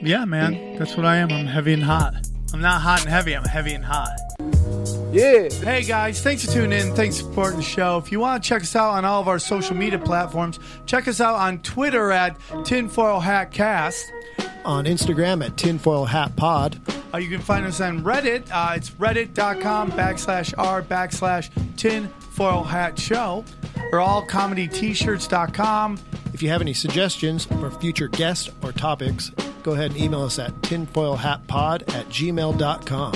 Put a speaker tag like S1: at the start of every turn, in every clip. S1: Yeah, man. That's what I am. I'm heavy and hot. I'm not hot and heavy. I'm heavy and hot.
S2: Yeah.
S1: Hey guys, thanks for tuning in. Thanks for supporting the show. If you want to check us out on all of our social media platforms, check us out on Twitter at Tinfoil Hat Cast.
S3: On Instagram at Tinfoil Hat Pod.
S1: Uh, you can find us on Reddit. Uh, it's reddit.com backslash r backslash tinfoil hat show. Or allcomedyt-shirts.com.
S3: If you have any suggestions for future guests or topics, go ahead and email us at tinfoilhatpod at gmail.com.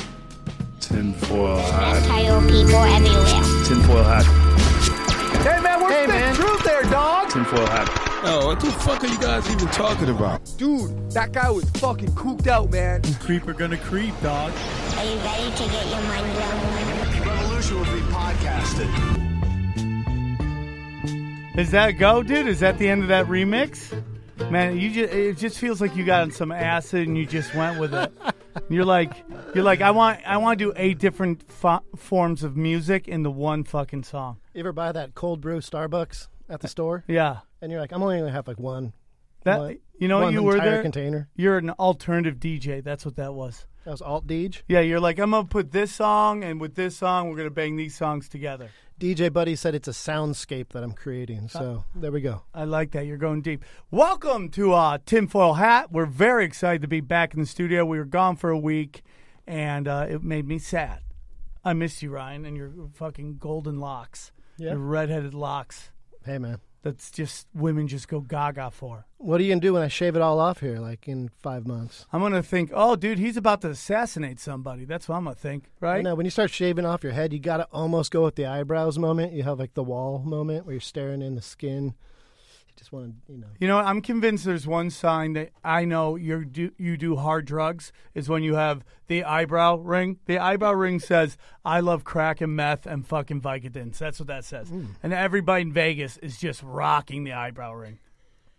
S4: Tinfoil
S5: That's
S4: hat.
S5: how people everywhere.
S4: Tinfoil hat.
S2: Hey man, where's the truth there, dog?
S4: Tinfoil hat.
S6: Oh, what the fuck are you guys even talking about?
S2: Dude, that guy was fucking cooped out, man.
S1: Creeper gonna creep, dog.
S5: Are you ready to get your mind blown?
S7: Revolution will be podcasted.
S1: Is that a go, dude? Is that the end of that remix? Man, you just it just feels like you got on some acid and you just went with it. You're like you're like I want I want to do eight different fo- forms of music in the one fucking song.
S3: You ever buy that cold brew Starbucks at the store?
S1: Yeah.
S3: And you're like, I'm only going to have like one.
S1: That
S3: one-
S1: you know
S3: one
S1: you were
S3: entire
S1: there.
S3: container.
S1: You're an alternative DJ. That's what that was.
S3: That was alt Deej.
S1: Yeah, you're like I'm going to put this song and with this song we're going to bang these songs together.
S3: DJ Buddy said it's a soundscape that I'm creating. So there we go.
S1: I like that. You're going deep. Welcome to uh, Tinfoil Hat. We're very excited to be back in the studio. We were gone for a week, and uh, it made me sad. I miss you, Ryan, and your fucking golden locks,
S3: Yeah.
S1: your redheaded locks.
S3: Hey, man.
S1: That's just women just go gaga for.
S3: What are you going to do when I shave it all off here, like in five months?
S1: I'm gonna think, oh, dude, he's about to assassinate somebody. That's what I'm gonna think,
S3: I
S1: right?
S3: know when you start shaving off your head, you got to almost go with the eyebrows moment. You have like the wall moment where you're staring in the skin. You just want to, you know.
S1: You know, I'm convinced there's one sign that I know you do you do hard drugs is when you have the eyebrow ring. The eyebrow ring says, "I love crack and meth and fucking Vicodins." That's what that says. And everybody in Vegas is just rocking the eyebrow ring.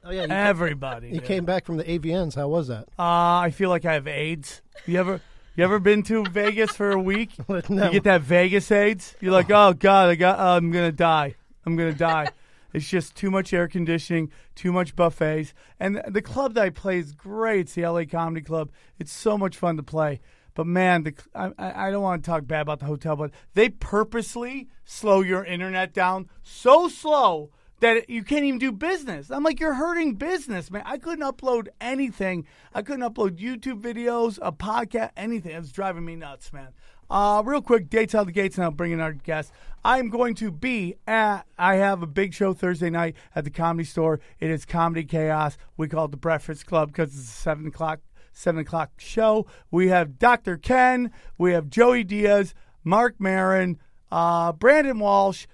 S3: Oh, yeah. You,
S1: Everybody.
S3: you
S1: dude.
S3: came back from the AVNs. How was that?
S1: Uh, I feel like I have AIDS. You ever you ever been to Vegas for a week?
S3: No.
S1: You get that Vegas AIDS. You're like, oh god, I got, I'm gonna die. I'm gonna die. it's just too much air conditioning, too much buffets, and the club that I play is great. It's the LA Comedy Club. It's so much fun to play. But man, the, I, I I don't want to talk bad about the hotel, but they purposely slow your internet down so slow that you can't even do business. I'm like, you're hurting business, man. I couldn't upload anything. I couldn't upload YouTube videos, a podcast, anything. It was driving me nuts, man. Uh, real quick, dates out of the gates, and I'll bring in our guest. I'm going to be at, I have a big show Thursday night at the Comedy Store. It is Comedy Chaos. We call it the Breakfast Club because it's 7 o'clock, 7 o'clock show. We have Dr. Ken. We have Joey Diaz, Mark Marin, uh, Brandon Walsh,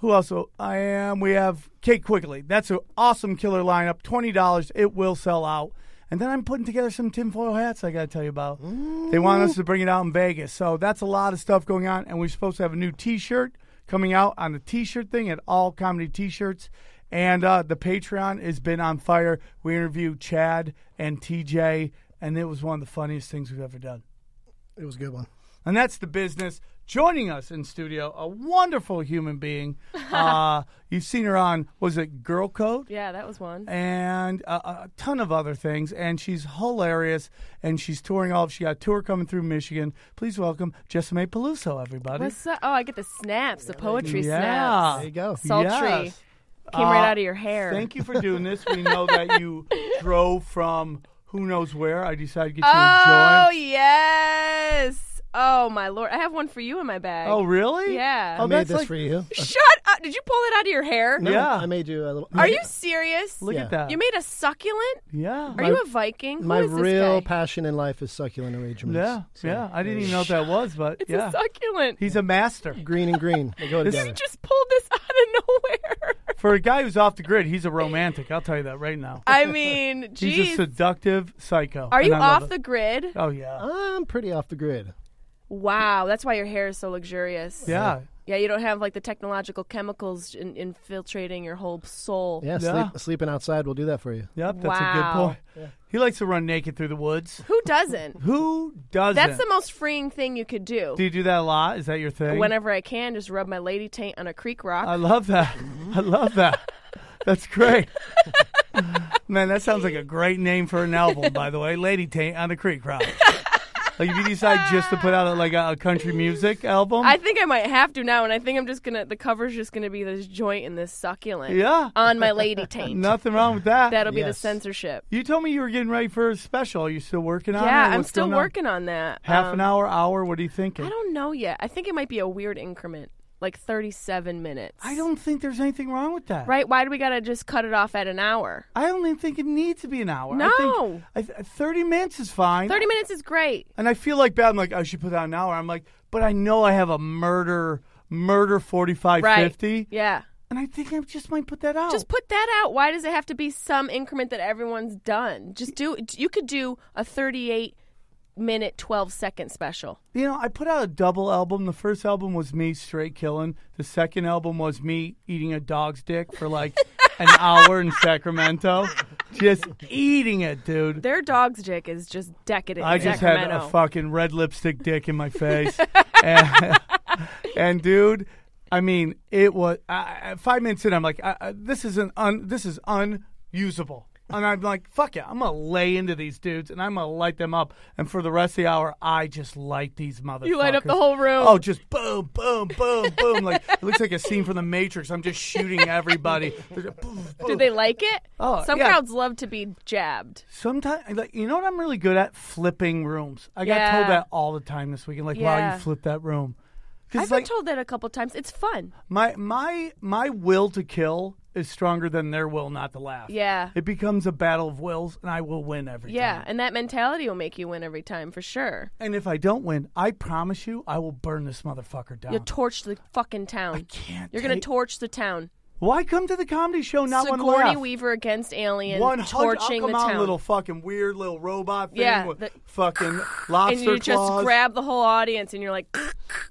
S1: who else? Oh, I am. We have Kate Quigley. That's an awesome killer lineup. Twenty dollars. It will sell out. And then I'm putting together some tinfoil hats. I got to tell you about. They want us to bring it out in Vegas, so that's a lot of stuff going on. And we're supposed to have a new T-shirt coming out on the T-shirt thing at all comedy T-shirts. And uh, the Patreon has been on fire. We interviewed Chad and TJ, and it was one of the funniest things we've ever done
S3: It was a good one.
S1: and that's the business. Joining us in studio, a wonderful human being. Uh, you've seen her on was it Girl Code
S8: Yeah, that was one.
S1: and a, a ton of other things, and she's hilarious. And she's touring all. She got a tour coming through Michigan. Please welcome Jessamay Peluso, everybody.
S8: What's up? Oh, I get the snaps, the poetry
S1: Yeah.
S3: There you go.
S8: snaps. Sultry.
S1: Yes.
S8: Came
S1: Uh,
S8: right out of your hair.
S1: Thank you for doing this. We know that you drove from who knows where. I decided to get you a
S8: Oh,
S1: joy.
S8: yes. Oh, my lord. I have one for you in my bag.
S1: Oh, really?
S8: yeah.
S1: Oh,
S3: I made
S1: that's
S3: this
S1: like-
S3: for you.
S8: Shut up. Did you pull it out of your hair?
S3: No,
S1: Yeah.
S3: I made you a little.
S8: Are you serious?
S1: Look
S3: Yeah.
S1: at that.
S8: You made a succulent?
S1: yeah.
S8: Are you a Viking? Who
S3: My
S8: is this
S3: real
S8: guy?
S3: passion in life is succulent arrangements.
S1: Yeah,
S3: So,
S1: yeah. I didn't
S3: there
S1: even
S3: you
S1: know what that was, but
S8: It's
S1: yeah,
S8: a succulent.
S1: he's a master.
S3: go. Green and green. They go
S8: You
S3: together.
S8: just pulled this out of nowhere.
S1: For a guy who's off the grid, he's a romantic. I'll tell you that right now.
S8: I mean, geez.
S1: He's a seductive psycho.
S8: Uh, Are
S1: and
S8: you
S1: I love
S8: off
S1: it.
S8: the grid?
S1: Oh yeah,
S3: I'm pretty off the grid.
S8: Wow, that's why your hair is so luxurious.
S1: yeah.
S8: Yeah, you don't have like the technological chemicals in- infiltrating your whole soul.
S3: Yeah,
S1: Yeah.
S3: Sleep, sleeping outside will do that for you.
S1: Yep, that's
S8: Wow.
S1: a good point. He likes to run naked through the woods.
S8: Who doesn't?
S1: Who doesn't?
S8: That's the most freeing thing you could do.
S1: Do you do that a lot? Is that your thing?
S8: Whenever I can, just rub my lady
S1: Uh,
S8: taint on a creek rock.
S1: I love that. I love that. That's great. Man, that sounds like a great name for an album, by the way. Lady Taint on the Creek Route. like if you decide just to put out a, like a, a country music album,
S8: I think I might have to now, and I think I'm just gonna. The cover's just gonna be this joint and this succulent.
S1: Yeah.
S8: On my lady taint.
S1: nothing wrong with that.
S8: Um, That'll be the
S3: Yes.
S8: censorship.
S1: you told me you were getting ready for a special. Are you still working on it?
S8: yeah, I'm
S1: What's
S8: still
S1: going on?
S8: working on that.
S1: Half
S8: Um,
S1: an hour, hour. What are you thinking?
S8: I don't know yet. I think it might be a weird increment, like 37 minutes.
S1: I don't think there's anything wrong with that.
S8: Right? Why do we gotta just cut it off at an hour?
S1: I don't even think it needs to be an hour.
S8: No.
S1: I think I th- 30 minutes is fine.
S8: 30 minutes is great.
S1: And I feel like bad. I'm like, I should put out an hour. I'm like, but I know I have a murder, murder 45,
S8: Right.
S1: 50.
S8: Yeah.
S1: And I think I just might put that out.
S8: Just put that out. Why does it have to be some increment that everyone's done? Just do. You could do a 38 minute, 12 second special.
S1: you know, I put out a double album. The first album was me straight killing. The second album was me eating a dog's dick for like an hour in Sacramento. Just eating it, dude.
S8: Their dog's dick is just decadent.
S1: I
S8: in
S1: just had
S8: Sacramento.
S1: a fucking red lipstick dick in my face, and, and dude, I mean, it was I, I- five minutes in. I'm like, I, I, this is an un, this is unusable, and I'm like, fuck it, I'm gonna lay into these dudes, and I'm gonna light them up, and for the rest of the hour, I just light these motherfuckers.
S8: You light up the whole room.
S1: Oh, just boom, boom, boom, boom. like it looks like a scene from The Matrix. I'm just shooting everybody. They're just boom, boom.
S8: Do they like it?
S1: Oh,
S8: some
S1: yeah.
S8: crowds love to be jabbed.
S1: Sometimes, like you know what I'm really good at? Flipping rooms. I got
S8: Yeah.
S1: told that all the time this weekend. Like, wow,
S8: Yeah.
S1: you flipped that room.
S8: I've
S1: Because
S8: been
S1: like
S8: told that a couple times. It's fun.
S1: my my my will to kill is stronger than their will not to laugh.
S8: Yeah.
S1: it becomes a battle of wills, and I will win every
S8: Yeah,
S1: time.
S8: and that mentality will make you win every time for sure.
S1: And if I don't win, I promise you, I will burn this motherfucker down.
S8: You'll torch the fucking town. I
S1: can't
S8: You're gonna
S1: take-
S8: torch the town.
S1: Why come to the comedy show not want to
S8: Sigourney
S1: laugh?
S8: Weaver against Alien,
S1: 100
S8: torching
S1: I'll
S8: the
S1: come out
S8: town.
S1: little fucking weird little robot thing
S8: Yeah,
S1: with
S8: the-
S1: fucking
S8: and
S1: lobster
S8: you just
S1: claws.
S8: grab the whole audience, and you're like,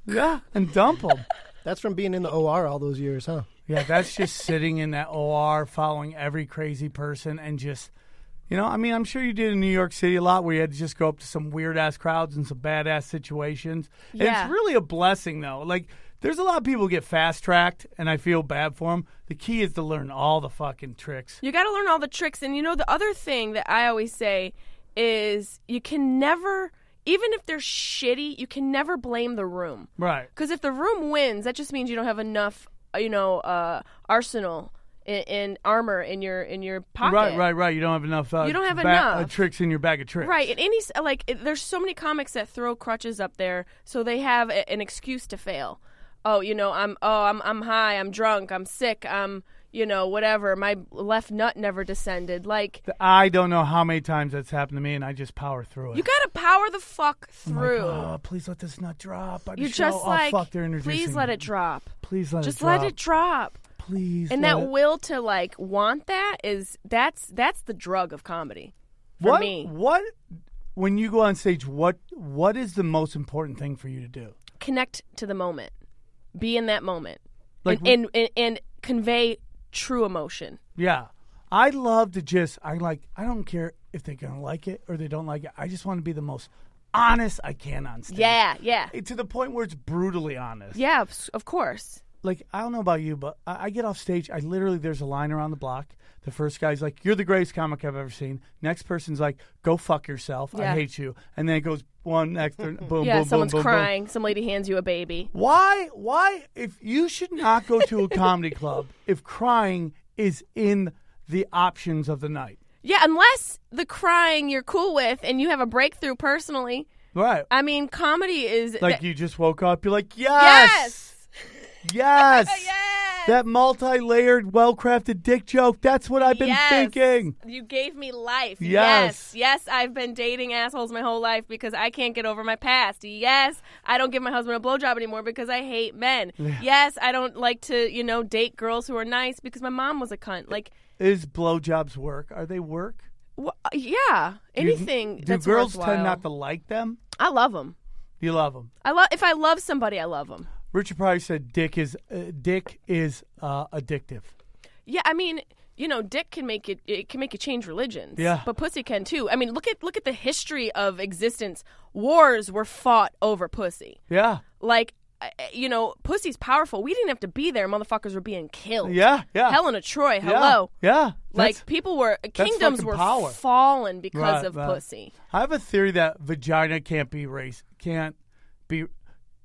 S1: yeah, and dump them.
S3: That's from being in the OR all those years, huh?
S1: Yeah, that's just sitting in that OR following every crazy person and just, you know, I mean, I'm sure you did in New York City a lot where you had to just go up to some weird ass crowds and some badass situations. And
S8: Yeah.
S1: it's really a blessing, though. Like, there's a lot of people get fast tracked, and I feel bad for them. The key is to learn all the fucking tricks.
S8: You got to learn all the tricks. And you know, the other thing that I always say is you can never, even if they're shitty, you can never blame the room.
S1: Right.
S8: Because if the room wins, that just means you don't have enough, uh, you know, uh, arsenal and, and armor in your in your pocket.
S1: Right, right, right. You don't have enough. Uh,
S8: You don't have
S1: ba-
S8: enough.
S1: uh, tricks in your bag of tricks.
S8: Right, and any s- like it- there's so many comics that throw crutches up there, so they have a, an excuse to fail. Oh, you know, I'm oh I'm I'm high, I'm drunk, I'm sick, I'm you know whatever. My left nut never descended. Like
S1: I don't know how many times that's happened to me, and I just power through it.
S8: You gotta power the fuck through.
S1: Oh, please let this nut drop. I'm
S8: You're
S1: sure-
S8: just
S1: oh,
S8: like,
S1: fuck, they're introducing
S8: please let
S1: me.
S8: it drop.
S1: Please let
S8: just
S1: it drop.
S8: let it drop.
S1: Please.
S8: And
S1: let
S8: that
S1: it-
S8: will to like want that is that's that's the drug of comedy for
S1: what,
S8: me.
S1: What when you go on stage, what what is the most important thing for you to do?
S8: Connect to the moment, be in that moment,
S1: Like
S8: and, and, and and convey true emotion.
S1: Yeah. I love to just I like I don't care if they're gonna like it or they don't like it. I just want to be the most honest I can on stage.
S8: Yeah, yeah,
S1: It- To the point where it's brutally honest.
S8: yeah. of s- Of course.
S1: Like I don't know about you, but I, I get off stage. I literally there's a line around the block. The first guy's like, "You're the greatest comic I've ever seen." Next person's like, "Go fuck yourself.
S8: Yeah.
S1: I hate you." And then it goes one next, boom, boom,
S8: Yeah,
S1: boom,
S8: someone's
S1: boom, boom.
S8: crying. Some lady hands you a baby.
S1: Why? Why? If you should not go to a comedy club if crying is in the options of the night,
S8: Yeah, unless the crying you're cool with and you have a breakthrough personally.
S1: right?
S8: I mean, comedy is
S1: like you just woke up, you're like, yes,
S8: yes.
S1: yes, That multi-layered, well-crafted dick joke. That's what I've been
S8: Yes.
S1: thinking.
S8: You gave me life.
S1: Yes.
S8: yes. Yes, I've been dating assholes my whole life because I can't get over my past. Yes, I don't give my husband a blowjob anymore because I hate men. Yes, I don't like to, you know, date girls who are nice because my mom was a
S1: Eh.
S8: cunt. Like,
S1: Is blowjobs work? Are they work?
S8: wh- yeah,
S1: Do you-
S8: anything
S1: Do
S8: that's
S1: girls
S8: worthwhile.
S1: tend not to like them?
S8: I love them.
S1: You love them.
S8: I love if I love somebody, I love them.
S1: Richard Price said, "Dick is uh, dick is uh, addictive."
S8: Yeah, I mean, you know, dick can make it it can make you change religions.
S1: Yeah.
S8: But pussy can too. I mean, look at look at the history of existence. Wars were fought over pussy.
S1: Yeah,
S8: Like I- I- you know, pussy's powerful. We didn't have to be there. Motherfuckers were being killed.
S1: yeah, yeah.
S8: Helen of Troy, hello.
S1: Yeah. yeah.
S8: Like people were uh, kingdoms
S1: fucking
S8: were
S1: power.
S8: fallen because
S1: Right,
S8: of
S1: right.
S8: pussy.
S1: I have a theory that vagina can't be race can't be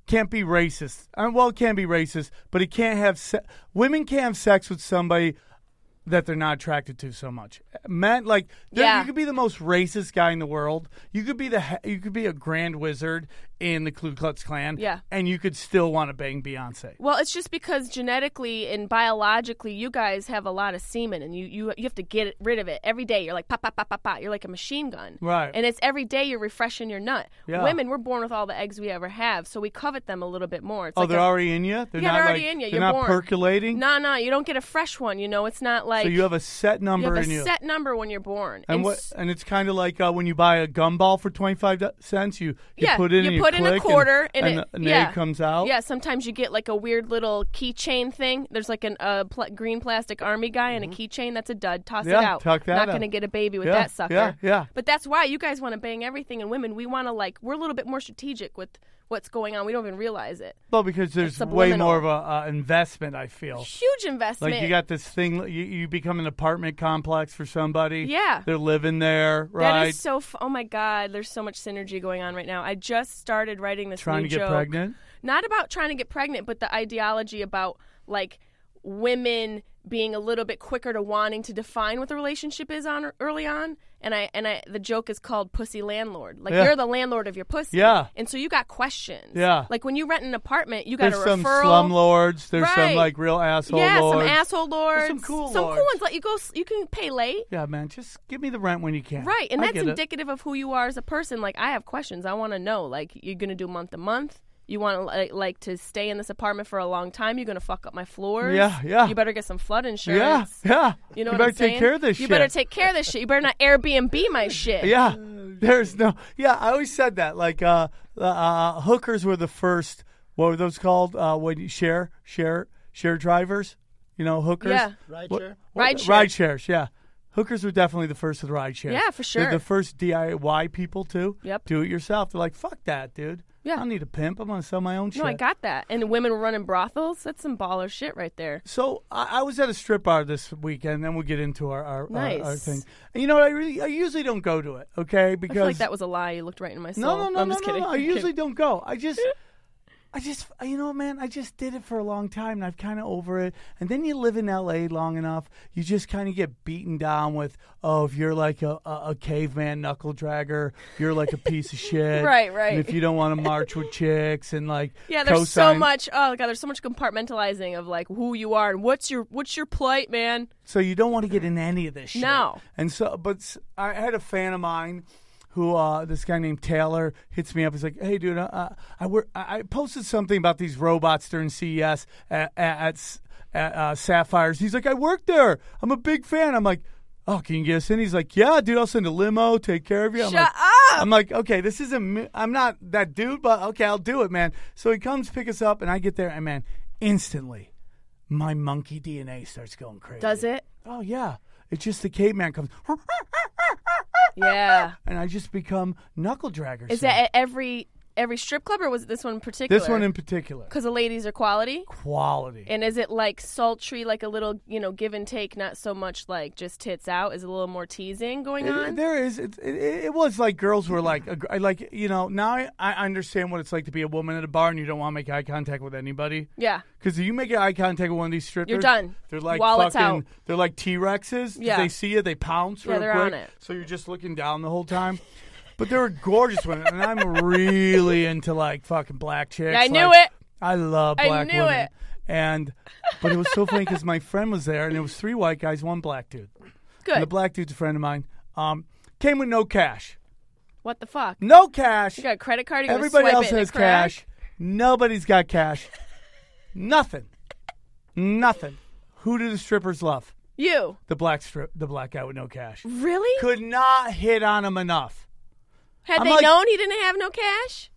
S1: can't be racist. Uh, well, it can be racist, but it can't have se- women can't have sex with somebody that they're not attracted to so much. Men like there-
S8: Yeah.
S1: you could be the most racist guy in the world. You could be the he- you could be a grand wizard in the Ku Klux Klan.
S8: Yeah.
S1: and you could still want to bang Beyonce.
S8: Well, it's just because genetically and biologically, you guys have a lot of semen, and you you, you have to get rid of it every day. You're like pop pop pop pop pop. You're like a machine gun,
S1: Right.
S8: And it's every day you're refreshing your nut.
S1: Yeah.
S8: Women, we're born with all the eggs we ever have, so we covet them a little bit more. It's
S1: Oh,
S8: like
S1: they're
S8: a-
S1: already in you. They're
S8: yeah,
S1: not
S8: they're already
S1: like,
S8: in you.
S1: They're
S8: You're
S1: not
S8: born.
S1: percolating.
S8: No, no, you don't get a fresh one. You know, it's not like
S1: so you have a set
S8: you
S1: number
S8: have
S1: in
S8: a
S1: you.
S8: set number when you're born.
S1: And what?
S8: s-
S1: And it's kind of like uh, when you buy a gumball for twenty five cents. You, you
S8: yeah,
S1: put in
S8: you
S1: and
S8: put
S1: you
S8: in a
S1: click
S8: quarter
S1: and,
S8: and,
S1: and
S8: it,
S1: the- an
S8: yeah.
S1: egg comes out.
S8: Yeah, sometimes you get like a weird little keychain thing. There's like a uh, pl- green plastic army guy and a keychain that's a dud. Toss
S1: Mm-hmm. Yeah,
S8: it out.
S1: tuck that
S8: Not
S1: out.
S8: gonna get a baby with
S1: Yeah,
S8: that sucker.
S1: yeah, yeah.
S8: But that's why you guys want to bang everything, and women we want to like we're a little bit more strategic with what's going on. We don't even realize it.
S1: Well, because there's way
S8: subliminal.
S1: more of a uh, investment. I feel
S8: Huge investment.
S1: like you got this thing. You, you become an apartment complex for somebody.
S8: Yeah.
S1: they're living there, right?
S8: That is so. F- oh my God, there's so much synergy going on right now. I just started writing this.
S1: Trying
S8: new
S1: to get
S8: joke.
S1: pregnant?
S8: Not about trying to get pregnant, but the ideology about like women being a little bit quicker to wanting to define what the relationship is on early on. And I and I the joke is called pussy landlord. Like
S1: Yeah.
S8: you're the landlord of your pussy.
S1: Yeah.
S8: And so you got questions.
S1: Yeah.
S8: Like when you rent an apartment, you got
S1: there's
S8: a
S1: some
S8: referral.
S1: slumlords. There's some
S8: Right.
S1: like real asshole
S8: yeah,
S1: lords.
S8: some asshole lords.
S1: some cool
S8: some
S1: lords.
S8: cool ones. Let you go. s- You can pay late.
S1: yeah, man, just give me the rent when you can.
S8: Right, and
S1: I
S8: that's
S1: get it.
S8: indicative of who you are as a person. Like, I have questions. I want to know. Like, you're gonna do month to month. You want to like, like to stay in this apartment for a long time. You're gonna fuck up my floors.
S1: Yeah, yeah.
S8: You better get some flood
S1: Yeah,
S8: insurance.
S1: yeah.
S8: You know what
S1: better
S8: I'm saying?
S1: take care of this
S8: You
S1: shit.
S8: better take care of this shit. You better not Airbnb my shit.
S1: Yeah,
S8: Oh,
S1: there's no. Yeah, I always said that. Like, uh, uh, uh, hookers were the first. What were those called? Uh, when you share, share, share drivers. You know, hookers.
S8: Yeah.
S3: Right,
S1: What-
S3: sure.
S1: what-
S8: Ride share.
S1: Ride shares. Yeah, hookers were definitely the first with ride shares.
S8: Yeah, for
S1: They're the
S8: sure.
S1: first DIY people to
S8: Yep.
S1: do it yourself. They're like, fuck that, dude.
S8: Yeah.
S1: I don't need a pimp. I'm gonna sell my own shit.
S8: No, I got that. And women were running brothels. That's some baller shit right there.
S1: So I, I was at a strip bar this weekend, and we'll get into our our, our, our
S8: Nice.
S1: thing. And you know, what? I really, I usually don't go to it. Okay,
S8: I
S1: because
S8: feel like that was a lie. You looked right in my soul.
S1: No, no, no,
S8: I'm
S1: no,
S8: just
S1: no,
S8: kidding.
S1: no. I
S8: I'm
S1: usually don't
S8: kidding.
S1: go. I just, I just, you know, man, I just did it for a long time, and I've kind of over it. And then you live in L.A. long enough, you just kind of get beaten down with, oh, if you're like a, a, a caveman knuckle dragger, you're like a piece of shit,
S8: Right, right.
S1: And if you don't want to march with chicks and like,
S8: Yeah, there's so
S1: cosign-
S8: much. Oh god, there's so much compartmentalizing of like who you are and what's your what's your plight, man.
S1: So you don't want to get in any of this shit.
S8: Mm-hmm. No.
S1: And so, but s- I had a fan of mine who, uh, this guy named Taylor, hits me up. He's like, hey, dude, uh, uh, I, wor- I I posted something about these robots during CES at, at, at, S- at uh, Sapphires. He's like, I work there. I'm a big fan. I'm like, oh, can you get us in? He's like, yeah, dude, I'll send a limo, take care of you. I'm
S8: Shut
S1: like,
S8: up!
S1: I'm like, okay, this isn't, me- I'm not that dude, but okay, I'll do it, man. So he comes, pick us up, and I get there, and man, instantly, my monkey DNA starts going crazy.
S8: Does it?
S1: Oh yeah. It's just the caveman comes
S8: Yeah.
S1: and I just become knuckle dragger.
S8: Is
S1: soon.
S8: that at every every strip club or was it this one in particular?
S1: this one in particular?
S8: because the ladies are quality.
S1: Quality.
S8: And is it like sultry, like a little you know give and take, not so much like just tits out? Is it a little more teasing going
S1: It-
S8: on?
S1: there is. It, it, it was like girls were like, ag- like you know. Now I, I understand what it's like to be a woman at a bar and you don't want to make eye contact with anybody.
S8: yeah.
S1: Because if you make eye contact with one of these strippers,
S8: done.
S1: They're like
S8: Wallet's
S1: fucking.
S8: out.
S1: They're like T Rexes.
S8: Yeah.
S1: They see you. They pounce.
S8: Yeah,
S1: real
S8: they're
S1: quick,
S8: on it.
S1: So you're just looking down the whole time. But they were gorgeous women, and I'm really into like fucking black chicks.
S8: I knew
S1: like,
S8: it.
S1: I love
S8: I
S1: black
S8: knew
S1: women.
S8: it.
S1: And but it was so funny because my friend was there, and it was three white guys, one black dude. And
S8: Good.
S1: the black dude's a friend of mine. Um, came with no cash.
S8: what the fuck? You
S1: No cash.
S8: got a credit card? You gonna
S1: Everybody
S8: swipe
S1: else
S8: it and
S1: has
S8: it crack?
S1: cash. Nobody's got cash. Nothing. Nothing. Who do the strippers love?
S8: You
S1: The black strip, the black guy with no cash.
S8: really?
S1: Could not hit on him enough.
S8: Had
S1: I'm
S8: they
S1: like-
S8: known he didn't have no cash?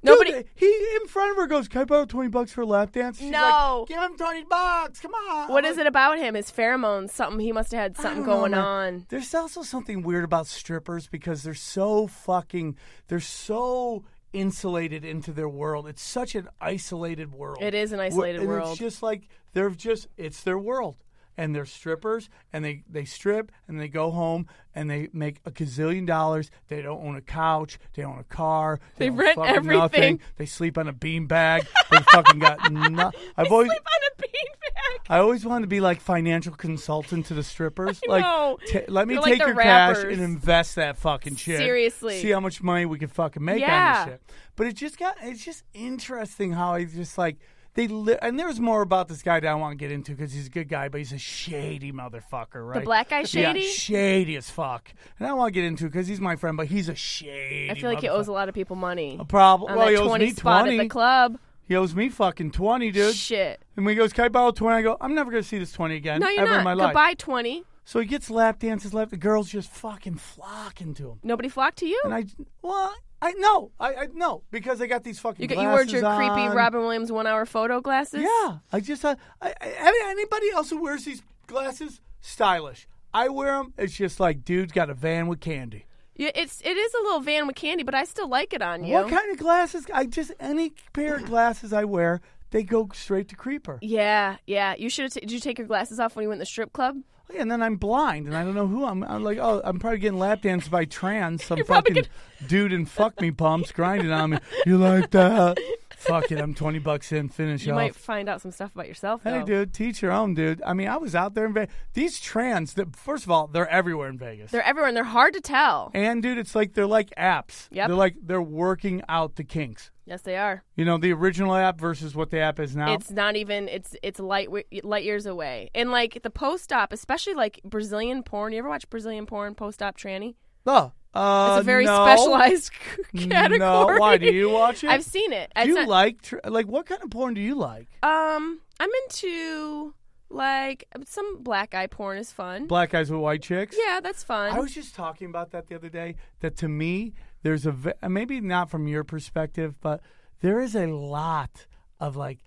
S8: Nobody.
S1: Dude, he in front of her goes, "Can I borrow twenty bucks for a lap dance?" She's
S8: No.
S1: like, give him twenty bucks. Come on.
S8: What is it about him? His pheromones? Something he must have had something going on.
S1: There's also something weird about strippers because they're so fucking they're so insulated into their world. It's such an isolated world.
S8: It is an
S1: Wh-
S8: isolated
S1: and
S8: world.
S1: It's just like they're just it's their world. and they're strippers and they, they strip and they go home and they make a gazillion dollars. They don't own a couch. They own a car. They,
S8: They
S1: own
S8: rent
S1: fucking
S8: everything.
S1: Nothing. They sleep on a beanbag. They fucking got nothing. I've always
S8: Sleep on a beanbag.
S1: I always wanted to be like financial consultant to the strippers.
S8: I
S1: like,
S8: know.
S1: ta- let me
S8: They're like
S1: take
S8: the
S1: your cash
S8: rappers.
S1: and invest that fucking shit.
S8: Seriously.
S1: see how much money we can fucking make
S8: Yeah.
S1: on this shit. But it just got it's just interesting how I just like they li- and there's more about this guy that I want to get into because he's a good guy, but he's a shady motherfucker, right?
S8: black guy shady?
S1: yeah, shady as fuck. And I want to get into because he's my friend, but he's a shady.
S8: I feel like he owes a lot of people money.
S1: problem.
S8: On
S1: Well,
S8: that
S1: he owes
S8: 20
S1: me
S8: spot
S1: twenty.
S8: at the club.
S1: He owes me fucking twenty, dude.
S8: Shit.
S1: And when he goes, "Can I borrow 20? I go, "I'm never going to see this twenty again
S8: No, you're
S1: ever in my
S8: not.
S1: life."
S8: Goodbye, 20.
S1: So he gets lap dances left. The girls just fucking flocking to him.
S8: Nobody flocked to you?
S1: And I, well, I no, I, I no, because they got these fucking.
S8: you, got, you wore
S1: glasses
S8: your creepy
S1: on.
S8: Robin Williams one hour photo glasses?
S1: Yeah, I just uh, I, I, any- anybody else who wears these glasses stylish. I wear them. It's just like dude's got a van with candy.
S8: Yeah, it's it is a little van with candy, but I still like it on you.
S1: What kind of glasses? I just any pair of glasses I wear, they go straight to creeper.
S8: Yeah, yeah. You should. T- did you take your glasses off when you went to the strip club?
S1: And then I'm blind, and I don't know who I'm. I'm like, oh, I'm probably getting lap danced by trans, some
S8: You're probably
S1: fucking dude in fuck me pumps grinding on me. You like that? Fuck it, I'm 20 bucks in, finish
S8: You
S1: off.
S8: might find out some stuff about yourself.
S1: hey,
S8: though.
S1: dude, teach your own, dude. I mean, I was out there in Vegas. These trans, that first of all, they're everywhere in Vegas.
S8: They're everywhere, and they're hard to tell.
S1: and, dude, it's like they're like apps.
S8: Yep.
S1: They're like, they're working out the kinks.
S8: Yes, they are.
S1: You know, the original app versus what the app is now.
S8: It's not even. It's it's light light years away. And like the post op, especially like Brazilian porn. You ever watch Brazilian porn post op tranny?
S1: oh, uh,
S8: It's a very
S1: no.
S8: specialized category.
S1: No, why do you watch it?
S8: I've seen it.
S1: Do
S8: It's
S1: you
S8: not-
S1: like, tr- like, what kind of porn do you like?
S8: Um, I'm into like some black eye porn is fun.
S1: Black guys with white chicks?
S8: yeah, that's fun.
S1: I was just talking about that the other day. That to me, there's a ve- uh, maybe not from your perspective, but there is a lot of like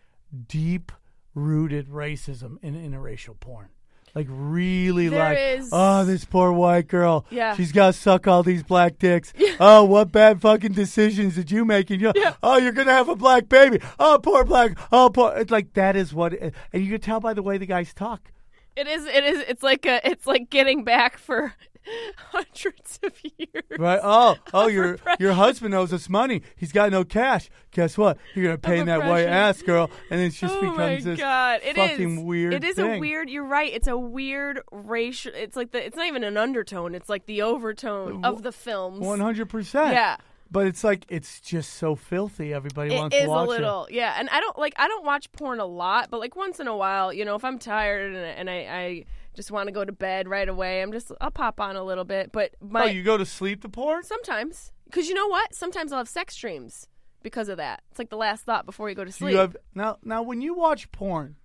S1: deep rooted racism in interracial porn. Like really,
S8: There
S1: like
S8: is-
S1: oh, this poor white girl.
S8: Yeah.
S1: she's got to suck all these black dicks. Oh, what bad fucking decisions did you make? And you,
S8: Yeah.
S1: oh, you're gonna have a black baby. Oh, poor black. Oh, poor. It's like that is what, it, and you can tell by the way the guys talk.
S8: It is. It is. It's like a. It's like getting back for hundreds of years.
S1: Right. Oh, oh,
S8: Of
S1: your your
S8: repression.
S1: husband owes us money. He's got no cash. Guess what? You're gonna pay that white
S8: repression.
S1: ass girl, and it just
S8: oh my
S1: becomes this
S8: god! It is
S1: fucking weird.
S8: It is
S1: thing.
S8: a weird. You're right. It's a weird racial. It's like the. It's not even an undertone. It's like the overtone of the films.
S1: One hundred percent.
S8: Yeah.
S1: But it's like it's just so filthy. Everybody
S8: It
S1: wants to
S8: is a
S1: watch
S8: little, yeah. And I don't like I don't watch porn a lot, but like once in a while, you know, if I'm tired and, and I, I just want to go to bed right away, I'm just I'll pop on a little bit. But
S1: it.
S8: my
S1: Oh, you go to sleep to porn?
S8: sometimes because you know what? Sometimes I'll have sex dreams because of that. It's like the last thought before you go to
S1: Do
S8: sleep.
S1: you have now. Now, when you watch porn,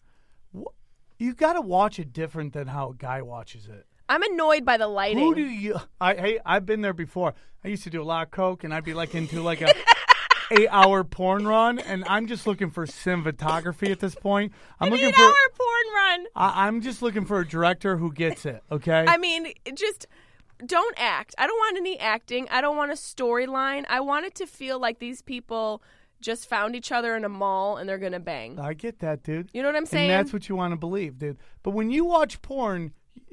S1: wh- you got to watch it different than how a guy watches it.
S8: I'm annoyed by the lighting.
S1: Who do you? I hey, I've been there before. I used to do a lot of coke, and I'd be like into like a eight hour porn run, and I'm just looking for cinematography at this point. I'm looking
S8: Eight
S1: for.
S8: hour porn run.
S1: I, I'm just looking for a director who gets it. Okay.
S8: I mean, it just don't act. I don't want any acting. I don't want a storyline. I want it to feel like these people just found each other in a mall and they're gonna bang.
S1: I get that, dude.
S8: You know what I'm saying?
S1: And that's what you want to believe, dude. But when you watch porn,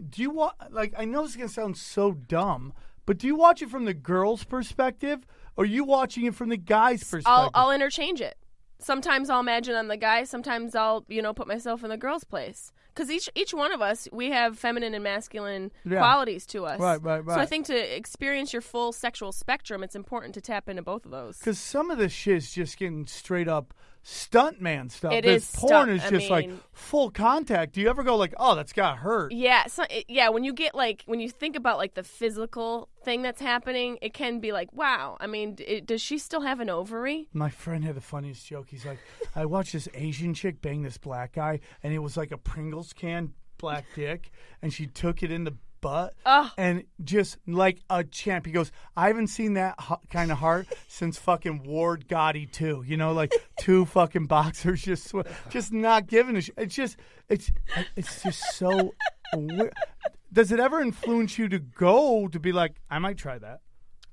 S1: do you want like I know this is gonna sound so dumb, but do you watch it from the girl's perspective or are you watching it from the guy's perspective?
S8: I'll, I'll interchange it. Sometimes I'll imagine I'm the guy. Sometimes I'll, you know, put myself in the girl's place. Because each each one of us, we have feminine and masculine
S1: Yeah.
S8: qualities to us.
S1: Right, right,
S8: So I
S1: right.
S8: think to experience your full sexual spectrum, it's important to tap into both of those.
S1: Because some of this shit is just getting straight up stuntman stuff.
S8: It
S1: this
S8: is
S1: porn
S8: stunt-
S1: is
S8: I
S1: just like
S8: mean-
S1: full contact. Do you ever go like, oh, that's got hurt?
S8: Yeah, so, it- yeah. When you get like when you think about like the physical thing that's happening, it can be like, wow. I mean, d- it, does she still have an ovary?
S1: My friend had the funniest joke. He's like, I watched this Asian chick bang this black guy, and it was like a Pringles can black dick, and she took it in the butt, and just like a champ. He goes, I haven't seen that ho- kind of heart since fucking Ward Gotti too. You know, like two fucking boxers just sw- just not giving a sh- It's just it's it's just so. weird. Does it ever influence you to go to be like, I might try that?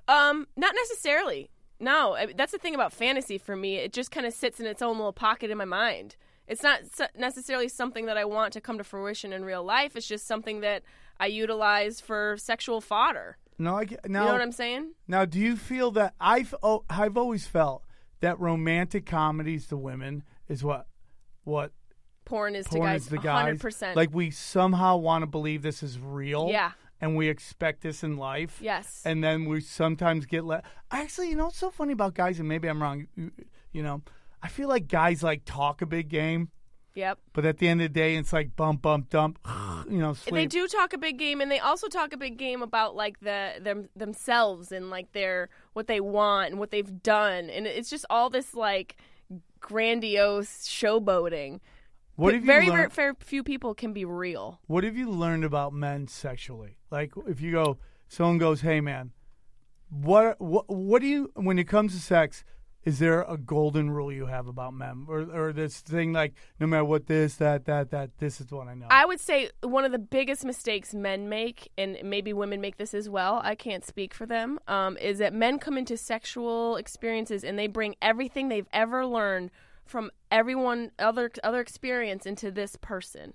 S8: Um, not necessarily. No, I, that's the thing about fantasy for me. It just kind of sits in its own little pocket in my mind. it's not s- necessarily something that I want to come to fruition in real life. It's just something that I utilize for sexual fodder.
S1: No, I get, now,
S8: You know what I'm saying?
S1: now, do you feel that I've oh, I've always felt that romantic comedies to women is what what
S8: Porn is
S1: porn
S8: to guys
S1: is the guys.
S8: 100%.
S1: Like we somehow want to believe this is real.
S8: Yeah.
S1: And we expect this in life.
S8: Yes.
S1: And then we sometimes get let. Actually, you know what's so funny about guys, and maybe I'm wrong. You you know, I feel like guys like talk a big game,
S8: yep.
S1: but at the end of the day, it's like bump, bump, dump. You know, sleep.
S8: They do talk a big game, and they also talk a big game about like the them themselves and like their what they want and what they've done, and it's just all this like grandiose showboating.
S1: What have you
S8: Very
S1: learned?
S8: fair few people can be real.
S1: What have you learned about men sexually? Like, if you go, someone goes, "Hey, man, what, what, what do you when it comes to sex? Is there a golden rule you have about men, or, or this thing like, no matter what, this, that, that, that, this is what I know."
S8: I would say one of the biggest mistakes men make, and maybe women make this as well. I can't speak for them. Um, is that men come into sexual experiences and they bring everything they've ever learned from everyone other other experience into this person.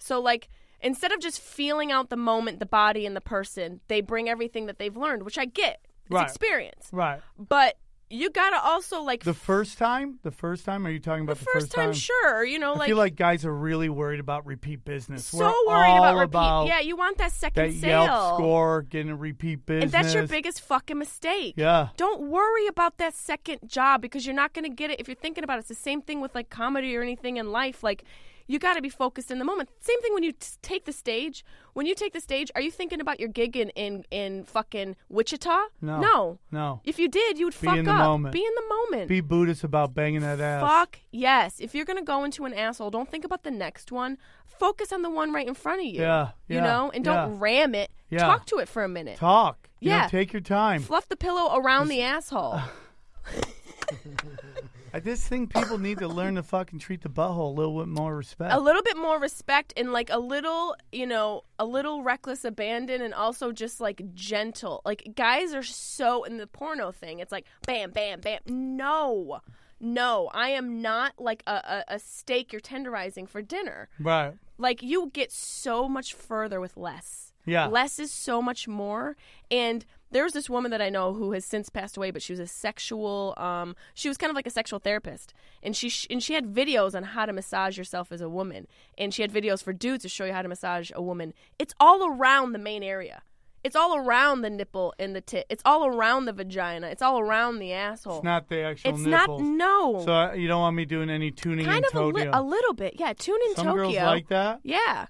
S8: So like instead of just feeling out the moment, the body, and the person, they bring everything that they've learned, which I get. It's
S1: Right.
S8: experience,
S1: right.
S8: but you gotta also like
S1: The first time, the first time. Are you talking about the first,
S8: time, sure. You know,
S1: I feel like guys are really worried about repeat business.
S8: so
S1: We're
S8: worried
S1: all
S8: about repeat. yeah, you want that second
S1: that
S8: sale.
S1: Yelp score, getting a repeat business.
S8: And that's your biggest fucking mistake.
S1: Yeah.
S8: Don't worry about that second job because you're not going to get it if you're thinking about it. It's the same thing with like comedy or anything in life. Like, you got to be focused in the moment. Same thing when you t- take the stage. When you take the stage, are you thinking about your gig in in, in fucking Wichita?
S1: No.
S8: No.
S1: No.
S8: If you did, you would fuck
S1: in the
S8: up.
S1: moment.
S8: Be in the moment.
S1: Be Buddhist about banging that ass.
S8: Fuck yes. If you're gonna go into an asshole, don't think about the next one. Focus on the one right in front of you.
S1: Yeah,
S8: You
S1: yeah,
S8: know, and don't
S1: yeah.
S8: ram it.
S1: Yeah.
S8: Talk to it for a minute.
S1: Talk. You know,
S8: Yeah.
S1: take your time.
S8: Fluff the pillow around the asshole.
S1: I just think people need to learn to fucking treat the butthole a little bit more respect.
S8: a little bit more respect and like a little, you know, a little reckless abandon and also just like gentle. Like guys are so in the porno thing. It's like bam, bam, bam. No. No, I am not like a, a, a steak you're tenderizing for dinner.
S1: right.
S8: like you get so much further with less.
S1: Yeah.
S8: Less is so much more. And there was this woman that I know who has since passed away, but she was a sexual um she was kind of like a sexual therapist. And she sh- and she had videos on how to massage yourself as a woman. And she had videos for dudes to show you how to massage a woman. It's all around the main area. It's all around the nipple and the tit. It's all around the vagina. It's all around the asshole.
S1: It's not the actual
S8: It's not-
S1: nipples.
S8: no.
S1: So uh, you don't want me doing any tuning
S8: kind
S1: in
S8: of a,
S1: Tokyo.
S8: li- a little bit. Yeah, tune in
S1: Some
S8: Tokyo.
S1: girls like that.
S8: Yeah.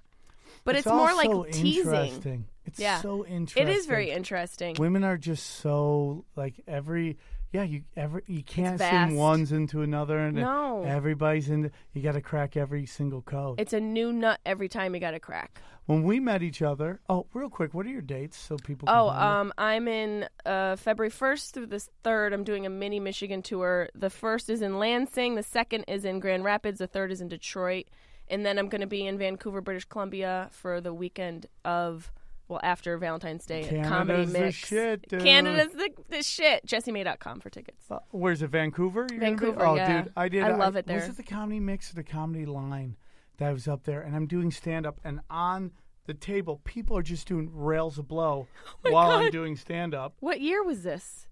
S8: But it's,
S1: all
S8: more like
S1: so
S8: teasing.
S1: Interesting. It's
S8: Yeah.
S1: so interesting.
S8: It is very interesting.
S1: Women are just so like every yeah you every you can't
S8: vast.
S1: sing ones into another and
S8: No.
S1: everybody's into you got to crack every single code.
S8: It's a new nut every time you got a crack.
S1: when we met each other, oh real quick, what are your dates so people? Can
S8: Oh,
S1: find you?
S8: um, I'm in uh, February 1st through the 3rd. I'm doing a mini Michigan tour. The first is in Lansing, the second is in Grand Rapids, the third is in Detroit. And then I'm going to be in Vancouver, British Columbia for the weekend of, well, after Valentine's Day at Comedy
S1: Canada's the
S8: Mix.
S1: shit, dude.
S8: Canada's the, the shit. JessieMay.com for tickets.
S1: Uh, where's it, Vancouver? You're gonna be-
S8: Vancouver,
S1: Oh,
S8: yeah.
S1: dude, I did.
S8: I love it
S1: Was
S8: there.
S1: it the comedy mix or the comedy line that I was up there? And I'm doing stand up, and on the table, people are just doing rails a blow while I'm
S8: Oh God.
S1: doing stand up.
S8: What year was this?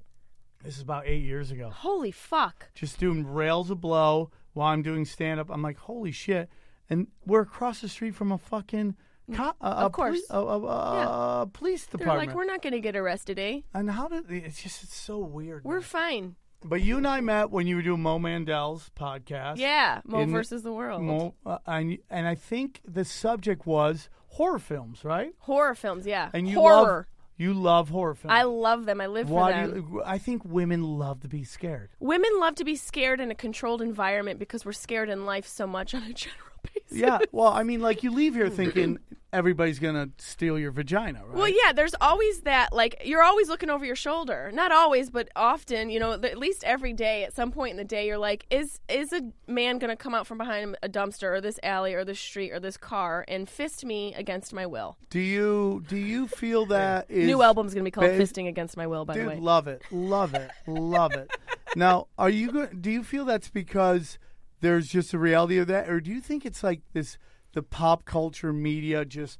S1: This is about eight years ago.
S8: Holy fuck.
S1: Just doing rails a blow while I'm doing stand up. I'm like, holy shit! And we're across the street from a fucking. Co- a, a
S8: Mm, Of course.
S1: poli- a, a- a- a police
S8: They're
S1: department.
S8: like, we're not going to get arrested, eh?
S1: and how did it's just it's so weird.
S8: We're fine.
S1: but you and I met when you were doing Mo Mandel's podcast.
S8: Yeah, Mo
S1: In-
S8: versus the world.
S1: Mo, uh, and, and I think the subject was horror films, right?
S8: Horror films, yeah.
S1: And you love
S8: Horror.
S1: you love horror films.
S8: I love them. I live
S1: Why
S8: for them.
S1: do you, I think women love to be scared.
S8: Women love to be scared in a controlled environment because we're scared in life so much on a general basis.
S1: Yeah. Well, I mean, like you leave here thinking everybody's gonna steal your vagina, right?
S8: Well, yeah, there's always that. Like, you're always looking over your shoulder. Not always, but often, you know, at least every day, at some point in the day, you're like, is is a man going to come out from behind a dumpster or this alley or this street or this car and fist me against my will?
S1: Do you do you feel that is
S8: New album's going to be called
S1: Babe-
S8: Fisting Against My Will, by
S1: Dude,
S8: the way.
S1: love it, love it, love it. Now, are you? Go- do you feel that's because there's just a reality of that, or do you think it's like this the pop culture media just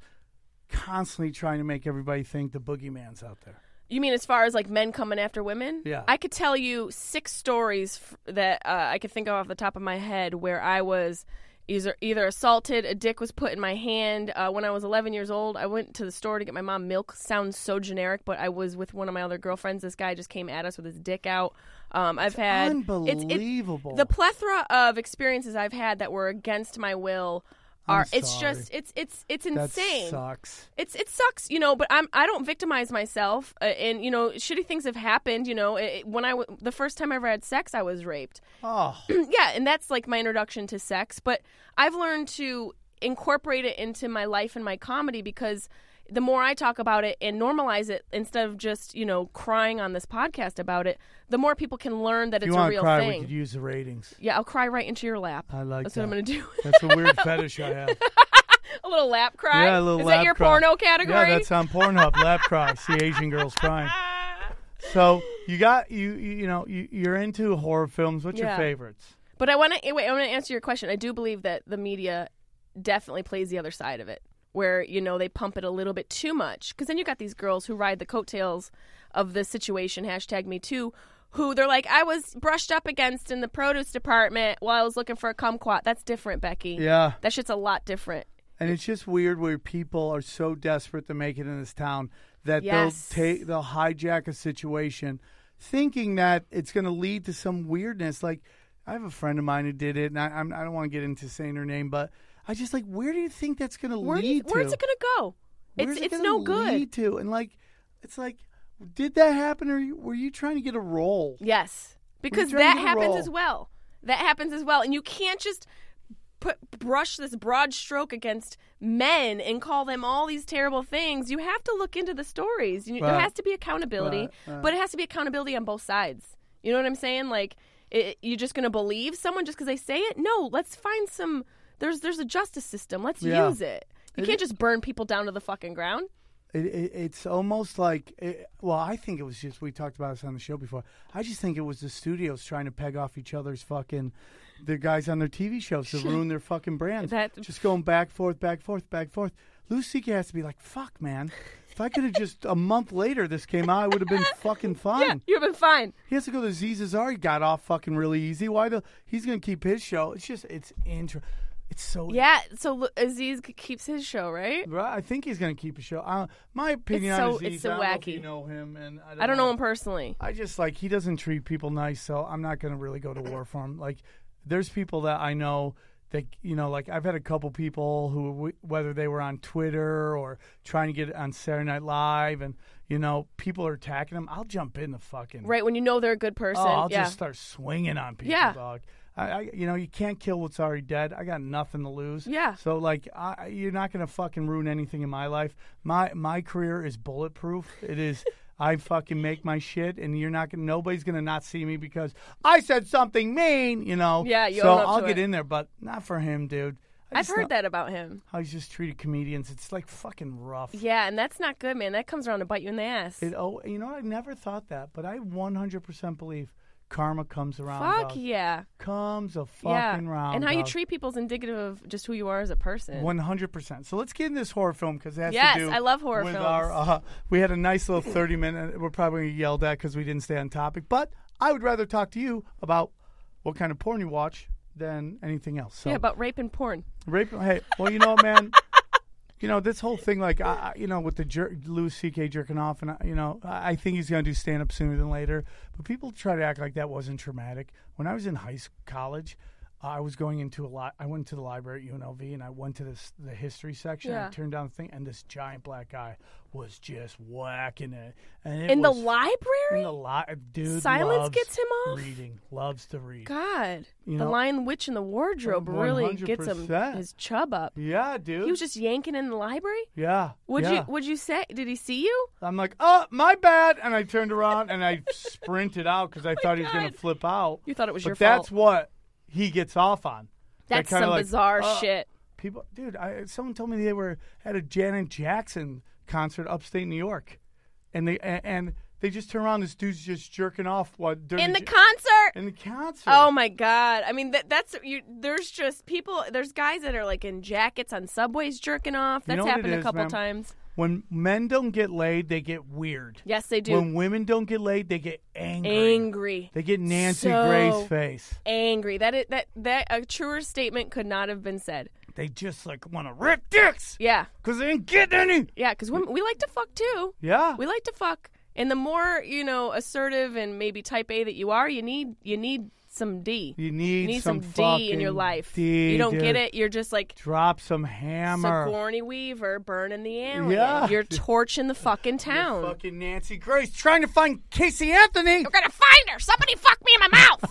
S1: constantly trying to make everybody think the boogeyman's out there?
S8: You mean as far as like men coming after women?
S1: Yeah.
S8: I could tell you six stories f- that uh, I could think of off the top of my head where I was either either assaulted, a dick was put in my hand. Uh, when I was 11 years old, I went to the store to get my mom milk. Sounds so generic, but I was with one of my other girlfriends. This guy just came at us with his dick out. Um, I've had it's- it-
S1: unbelievable.
S8: the plethora of experiences I've had that were against my will are it's
S1: sorry.
S8: just it's it's it's
S1: That
S8: insane
S1: sucks.
S8: it's it sucks, you know. But I'm I don't victimize myself, uh, and you know, shitty things have happened. You know, it, it- when I w- the first time I ever had sex, I was raped.
S1: Oh,
S8: yeah, and that's like my introduction to sex. But I've learned to incorporate it into my life and my comedy because the more I talk about it and normalize it instead of just you know crying on this podcast about it, the more people can learn that
S1: if you
S8: it's a
S1: want to
S8: real
S1: cry? We
S8: thing.
S1: could use the ratings.
S8: yeah, I'll cry right into your lap.
S1: I like
S8: that's
S1: that.
S8: what I'm gonna do.
S1: That's a weird fetish I have.
S8: a little lap cry.
S1: Yeah, a little
S8: Is
S1: lap
S8: that your
S1: cry.
S8: porno category?
S1: Yeah, that's on Pornhub. lap cry. See Asian girls crying. So you got you you you know you, you're into horror films. What's your
S8: Yeah.
S1: favorites?
S8: But I want to wait. I want to answer your question. I do believe that the media definitely plays the other side of it, where you know they pump it a little bit too much. Because then you got these girls who ride the coattails of this situation. Hashtag Me Too. Who they're like, I was brushed up against in the produce department while I was looking for a kumquat. That's different, Becky.
S1: Yeah,
S8: that shit's a lot different.
S1: and it's just weird where people are so desperate to make it in this town that
S8: Yes.
S1: they'll take they'll hijack a situation, thinking that it's going to lead to some weirdness. Like I have a friend of mine who did it, and I I'm, I don't want to get into saying her name, but I just like where do you think that's going to
S8: Where do you-
S1: lead to?
S8: where's it gonna go?
S1: Where's
S8: It's
S1: it
S8: it's
S1: gonna
S8: no good.
S1: Lead to and like it's like did that happen or you- were you trying to get a role?
S8: Yes,
S1: trying
S8: because
S1: to
S8: that
S1: get a
S8: happens
S1: role.
S8: as well. That happens as well, and you can't just put brush this broad stroke against men and call them all these terrible things. You have to look into the stories. You, There
S1: Right.
S8: has to be accountability, but it has to be accountability on both sides. You know what I'm saying? Like, it, you're just going to believe someone just because they say it? No, let's find some. There's there's a justice system. Let's
S1: Yeah.
S8: use it. You can't just burn people down to the fucking ground.
S1: It, it, it's almost like, it, well, I think it was just, we talked about this on the show before. I just think it was the studios trying to peg off each other's fucking, the guys on their TV shows to ruin their fucking brands.
S8: That-
S1: just going back, forth, back, forth, back, forth. Louis C.K. has to be like, fuck, man. If I could have just, a month later this came out, I would have been fucking fine.
S8: Yeah, you've been fine.
S1: He has to go to Z's already got off fucking really easy. Why the, he's going to keep his show. It's just, it's intro. It's so
S8: Yeah. So Lu- Aziz k- keeps his show, right?
S1: Right, I think he's going to keep a show. Uh, my opinion
S8: It's so-
S1: on Aziz,
S8: it's so
S1: I don't know if you
S8: wacky.
S1: know him, and I don't,
S8: I don't know
S1: wanna-
S8: him personally.
S1: I just like he doesn't treat people nice, so I'm not going to really go to war for him. Like, there's people that I know that you know, like I've had a couple people who, w- whether they were on Twitter or trying to get it on Saturday Night Live, and you know, people are attacking them. I'll jump in the fucking
S8: Right, when you know they're a good person.
S1: Oh, I'll
S8: yeah.
S1: just start swinging on people,
S8: Yeah.
S1: dog. I, I, you know, you can't kill what's already dead. I got nothing to lose.
S8: Yeah.
S1: So like, I, I- you're not gonna fucking ruin anything in my life. My my career is bulletproof. It is. I fucking make my shit, and you're not gonna. Nobody's gonna not see me because I said something mean. You know.
S8: Yeah, you
S1: so
S8: own up
S1: I'll
S8: to
S1: get
S8: it.
S1: in there, but not for him, dude. I
S8: I've
S1: just know
S8: heard that about him.
S1: How he's just treated comedians. It's like fucking rough.
S8: Yeah, and that's not good, man. That comes around to bite you in the ass.
S1: It, oh, you know, I never thought that, but I 100% believe karma comes around.
S8: Fuck
S1: dog
S8: yeah.
S1: comes a
S8: Yeah.
S1: uh, fucking round.
S8: and how you
S1: dog.
S8: treat people is indicative of just who you are as a person.
S1: 100%. So let's get in this horror film because it has
S8: Yes,
S1: to do
S8: I love horror
S1: with
S8: films.
S1: Our, uh, we had a nice little 30 minute. We're probably going to yell at because we didn't stay on topic. But I would rather talk to you about what kind of porn you watch than anything else. So
S8: yeah, about rape and porn.
S1: rape. Hey, well, you know what, man? You know this whole thing, like I, I- you know, with the jer- Louis C.K. jerking off, and I, you know, I I think he's going to do stand up sooner than later. But people try to act like that wasn't traumatic. When I was in high school, college, I was going into a lot. I went to the library at UNLV, and I went to this the history section. I
S8: Yeah.
S1: turned down the thing, and this giant black guy was just whacking it. And it
S8: In the
S1: was- In
S8: library?
S1: the li- dude,
S8: Silence
S1: loves
S8: gets him off?
S1: Reading loves to read.
S8: God.
S1: You
S8: the
S1: know- Oh,
S8: Lion Witch in the Wardrobe really gets him
S1: 100%.
S8: his chub up.
S1: Yeah, dude.
S8: He was just yanking in the library?
S1: yeah.
S8: Would
S1: yeah.
S8: you would you say did he see you?
S1: I'm like, oh, my bad. And I turned around and I sprinted out because I thought he was going
S8: Oh God.
S1: to flip out.
S8: You thought it was
S1: but
S8: your
S1: that's
S8: fault.
S1: what he gets off on. That
S8: That's
S1: kinda
S8: some
S1: like,
S8: bizarre
S1: uh,
S8: shit.
S1: People, dude, I, someone told me they were at a Janet Jackson concert upstate New York. And they, a- and They just turn around. This dude's just jerking off while during
S8: in the
S1: j-
S8: concert.
S1: in the concert.
S8: Oh my god! I mean, that, that's you. There's just people. There's guys that are like in jackets on subways jerking off.
S1: You
S8: That's
S1: know what it
S8: happened a
S1: is,
S8: couple
S1: ma'am?
S8: times.
S1: When men don't get laid, they get weird.
S8: Yes, they do.
S1: When women don't get laid, they get angry.
S8: angry,
S1: They get Nancy
S8: So-
S1: Gray's face.
S8: angry. That is, that that a truer statement could not have been said.
S1: They just like want to rip dicks
S8: Yeah,
S1: because they ain't getting any.
S8: yeah. Because women, we like to fuck too.
S1: Yeah.
S8: We like to fuck, and the more you know, assertive and maybe type A that you are, you need you need some D.
S1: you need,
S8: You need some, D in your
S1: fucking
S8: life.
S1: D,
S8: you don't get
S1: dude.
S8: it. You're just like
S1: Drop some hammer.
S8: Sigourney Weaver burning the alien.
S1: Yeah.
S8: You're torching the fucking town.
S1: Fucking Nancy Grace trying to find Casey Anthony.
S8: We're gonna find her. Somebody fuck me in my mouth.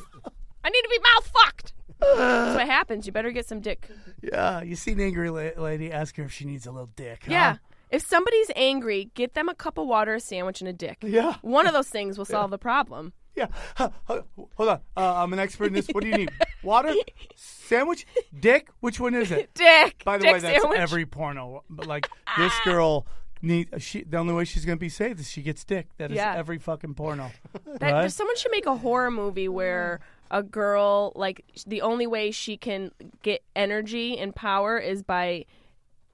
S8: I need to be mouth fucked. That's what happens. You better get some dick.
S1: Yeah, you see an angry la- lady. Ask her if she needs a little dick. huh?
S8: Yeah. If somebody's angry, get them a cup of water, a sandwich, and a dick.
S1: Yeah.
S8: One of those things will solve the problem.
S1: Yeah. Huh, huh, Hold on. Uh, I'm an expert in this. What do you need? Water, sandwich, dick. Which one is it?
S8: Dick.
S1: By the
S8: dick
S1: way, that's
S8: sandwich. Ah.
S1: every porno. But like this girl need she the only way she's gonna be saved is she gets dick. That is
S8: Yeah.
S1: every fucking porno.
S8: That,
S1: Right?
S8: Someone should make a horror movie where a girl, like, the only way she can get energy and power is by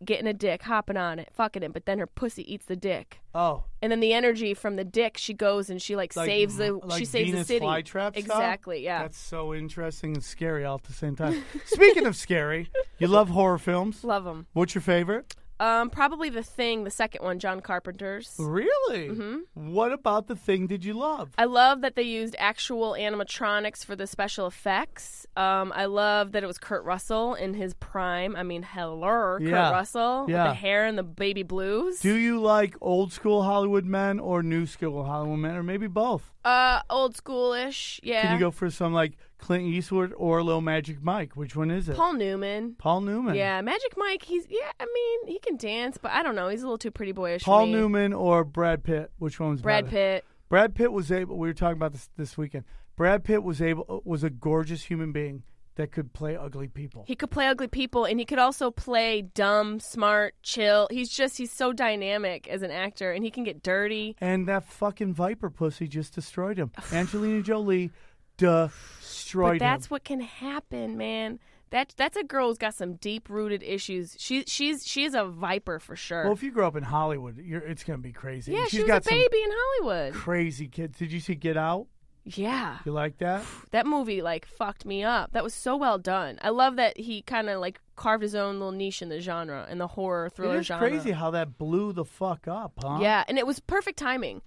S8: getting a dick, hopping on it, fucking it, but then her pussy eats the dick.
S1: Oh,
S8: And then the energy from the dick, she goes and she like,
S1: like,
S8: saves the
S1: like
S8: she saves
S1: Venus
S8: the city.
S1: Flytrap style?
S8: exactly, yeah.
S1: That's so interesting and scary all at the same time. Speaking of scary, you love horror films.
S8: Love them.
S1: What's your favorite?
S8: Um, probably the thing, the second one, John Carpenter's.
S1: Really?
S8: Mm-hmm.
S1: What about the thing did you love?
S8: I love that they used actual animatronics for the special effects. Um, I love that it was Kurt Russell in his prime. I mean, hello,
S1: Yeah.
S8: Kurt Russell
S1: Yeah.
S8: with the hair and the baby blues.
S1: Do you like old school Hollywood men or new school Hollywood men or maybe both?
S8: Uh, old schoolish, yeah.
S1: Can you go for some like Clint Eastwood or Little Magic Mike? Which one is it?
S8: Paul Newman.
S1: Paul Newman.
S8: Yeah, Magic Mike. He's yeah. I mean, he can dance, but I don't know. He's a little too pretty boyish. for
S1: Paul
S8: me.
S1: Newman or Brad Pitt? Which one was
S8: Brad
S1: better?
S8: Pitt.
S1: Brad Pitt was able. We were talking about this this weekend. Brad Pitt was able uh, was a gorgeous human being that could play ugly people.
S8: He could play ugly people, and he could also play dumb, smart, chill. He's just he's so dynamic as an actor, and he can get dirty.
S1: and that fucking viper pussy just destroyed him. Angelina Jolie destroyed
S8: But that's
S1: him.
S8: what can happen, man. That that's a girl who's got some deep rooted issues. She she's she is a viper for sure.
S1: Well, if you grow up in Hollywood, you're, it's gonna be crazy.
S8: yeah,
S1: And
S8: she
S1: she's
S8: was
S1: got
S8: a baby in Hollywood.
S1: some crazy kids. Did you see Get Out?
S8: Yeah,
S1: You like that?
S8: that movie like fucked me up. That was so well done. I love that he kind of like carved his own little niche in the genre, in the horror
S1: It
S8: thriller
S1: is
S8: genre.
S1: crazy how that blew the fuck up, huh?
S8: Yeah, and it was perfect timing.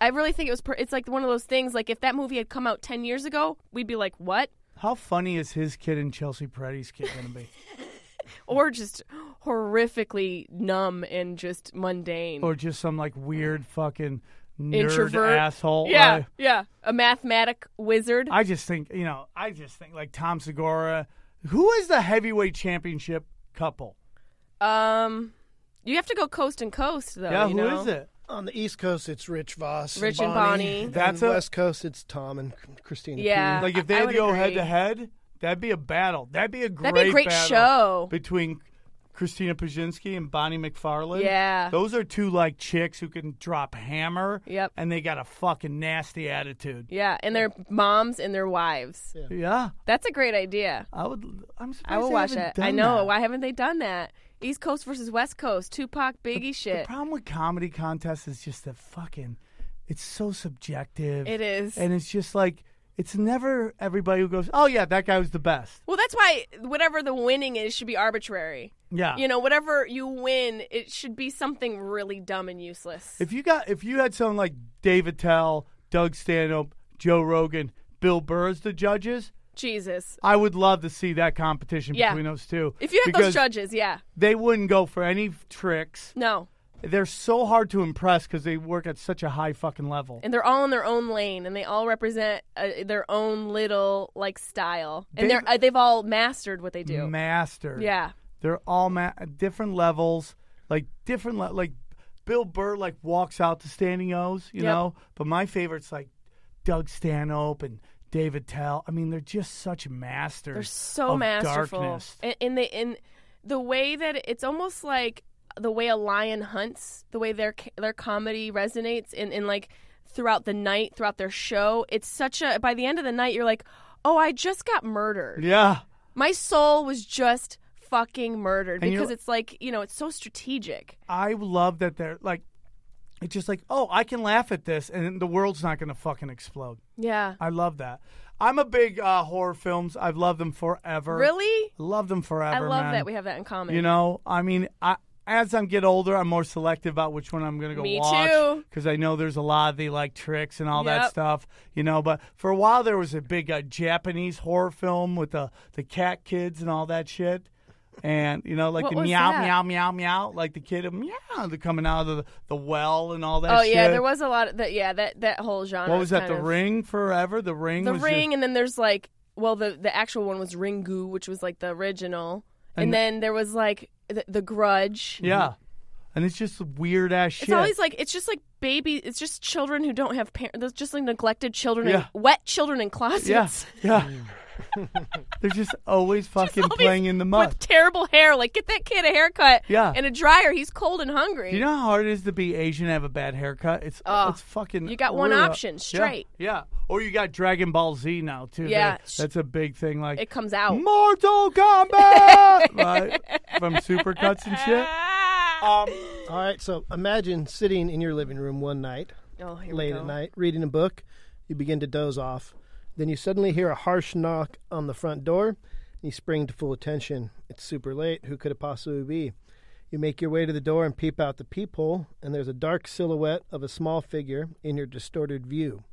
S8: I really think it was. Per- it's like one of those things. Like if that movie had come out ten years ago, we'd be like, "What?"
S1: How funny is his kid and Chelsea Peretti's kid gonna be?
S8: Or just horrifically numb and just mundane.
S1: or just some like weird fucking nerd
S8: Introvert.
S1: asshole.
S8: yeah,
S1: Uh,
S8: yeah, a mathematic wizard.
S1: I just think you know. I just think like Tom Segura. Who is the heavyweight championship couple?
S8: um, you have to go coast and coast though.
S1: yeah,
S8: Uh, you
S1: who is
S8: know?
S1: it?
S3: On the East Coast, it's Rich Voss.
S8: Rich and
S3: and
S8: Bonnie.
S1: That's
S3: on
S1: a-
S3: the West Coast, it's Tom and Christina.
S8: Yeah,
S1: Like if
S8: I-
S1: they
S8: I
S1: had
S8: would
S1: to go
S8: agree.
S1: head to head, that'd be a battle. That'd be a great.
S8: That'd be a great
S1: battle
S8: show.
S1: between Christina Pajinski and Bonnie McFarland.
S8: Yeah.
S1: those are two like chicks who can drop hammer.
S8: Yep.
S1: and they got a fucking nasty attitude.
S8: Yeah, and their moms and their wives.
S1: Yeah,
S8: That's a great idea.
S1: I would. I'm surprised.
S8: I will
S1: they
S8: watch
S1: haven't
S8: it.
S1: done
S8: I know.
S1: that.
S8: Why haven't they done that? East Coast versus West Coast, Tupac, Biggie
S1: The
S8: shit.
S1: problem with comedy contests is just that fucking. It's so subjective.
S8: It is.
S1: and it's just like it's never everybody who goes, "Oh yeah, that guy was the best."
S8: well, that's why whatever the winning is should be arbitrary.
S1: Yeah,
S8: You know, whatever you win, it should be something really dumb and useless.
S1: If you got if you had someone like David Tell, Doug Stanhope, Joe Rogan, Bill Burr as the judges,
S8: Jesus.
S1: I would love to see that competition
S8: Yeah.
S1: between those two.
S8: If you had
S1: because
S8: those judges, yeah.
S1: they wouldn't go for any f- tricks.
S8: No.
S1: They're so hard to impress because they work at such a high fucking level.
S8: And they're all in their own lane and they all represent uh, their own little like style. And they're
S1: They've-
S8: uh, they've all mastered what they do.
S1: Master.
S8: yeah.
S1: They're all ma- different levels, like different le- like Bill Burr like walks out to standing O's, you
S8: Yep.
S1: know. But my favorites like Doug Stanhope and David Tell. I mean, they're just such masters.
S8: They're so
S1: of
S8: masterful.
S1: Darkness.
S8: And, and they and the way that it's almost like the way a lion hunts, the way their ca- their comedy resonates and, and like throughout the night, throughout their show. It's such a by the end of the night, you're like, oh, I just got murdered.
S1: Yeah.
S8: My soul was just fucking murdered
S1: And you-
S8: because it's like you know, it's so strategic.
S1: I love that they're like, it's just like, oh, I can laugh at this, and the world's not going to fucking explode.
S8: Yeah,
S1: I love that. I'm a big uh, horror films. I've loved them forever.
S8: really.
S1: Love them forever.
S8: I love
S1: man.
S8: that we have that in common.
S1: You know, I mean, I, as I'm get older, I'm more selective about which one I'm going to go
S8: Me
S1: watch
S8: too.
S1: because I know there's a lot of the like tricks and all that
S8: Yep.
S1: stuff. You know, but for a while there was a big uh, Japanese horror film with the the cat kids and all that shit. And you know, like
S8: What
S1: the
S8: was
S1: meow,
S8: that?
S1: meow, meow, meow, like the kid meow, they're coming out of the, the well and all that.
S8: Oh yeah,
S1: shit.
S8: there was a lot of that. Yeah, that that whole genre.
S1: What was that?
S8: kind
S1: The
S8: of-
S1: Ring forever. The Ring.
S8: The
S1: was just-
S8: ring, and then there's like, well, the the actual one was Ringu, which was like the original, and,
S1: And-
S8: then there was like the, the Grudge.
S1: yeah, and it's just weird ass shit.
S8: It's always like it's just like baby. It's just children who don't have parents. Those just like neglected children,
S1: Yeah.
S8: and wet children in closets.
S1: yeah, yeah. They're just always fucking
S8: always
S1: playing in the mud.
S8: With terrible hair, like get that kid a haircut.
S1: Yeah.
S8: and a dryer. He's cold and hungry.
S1: Do you know how hard it is to be Asian and have a bad haircut? It's
S8: Oh,
S1: it's fucking.
S8: you got one
S1: really-
S8: option,
S1: yeah,
S8: straight.
S1: Yeah, or you got Dragon Ball Z now too.
S8: Yeah.
S1: They- that's a big thing. Like
S8: it comes out.
S1: Mortal Kombat right? from supercuts and shit.
S8: Ah.
S1: Um,
S3: All right, so imagine sitting in your living room one night,
S8: oh, here we
S3: late
S8: go.
S3: at night, reading a book. You begin to doze off. Then you suddenly hear a harsh knock on the front door, and you spring to full attention. It's super late. Who could it possibly be? You make your way to the door and peep out the peephole, and there's a dark silhouette of a small figure in your distorted view.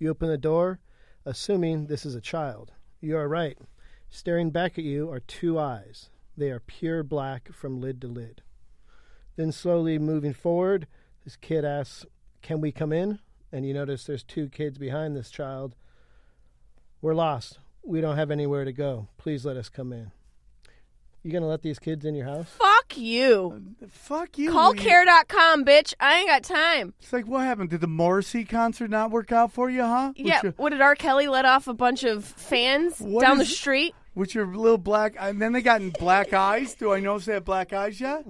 S3: You open the door, assuming this is a child. You are right. Staring back at you are two eyes. They are pure black from lid to lid. Then, slowly moving forward, this kid asks, Can we come in? And you notice there's two kids behind this child. We're lost. We don't have anywhere to go. Please let us come in. You gonna let these kids in your house?
S8: Fuck you.
S1: fuck you.
S8: Call
S1: you-
S8: care.com, bitch. I ain't got time.
S1: It's like what happened? Did the Morrissey concert not work out for you, huh?
S8: Yeah,
S1: With your,
S8: what did R. Kelly let off a bunch of fans
S1: What
S8: down the
S1: is-
S8: street?
S1: with your little black, and then they got in black eyes. Do I notice they have black eyes yet?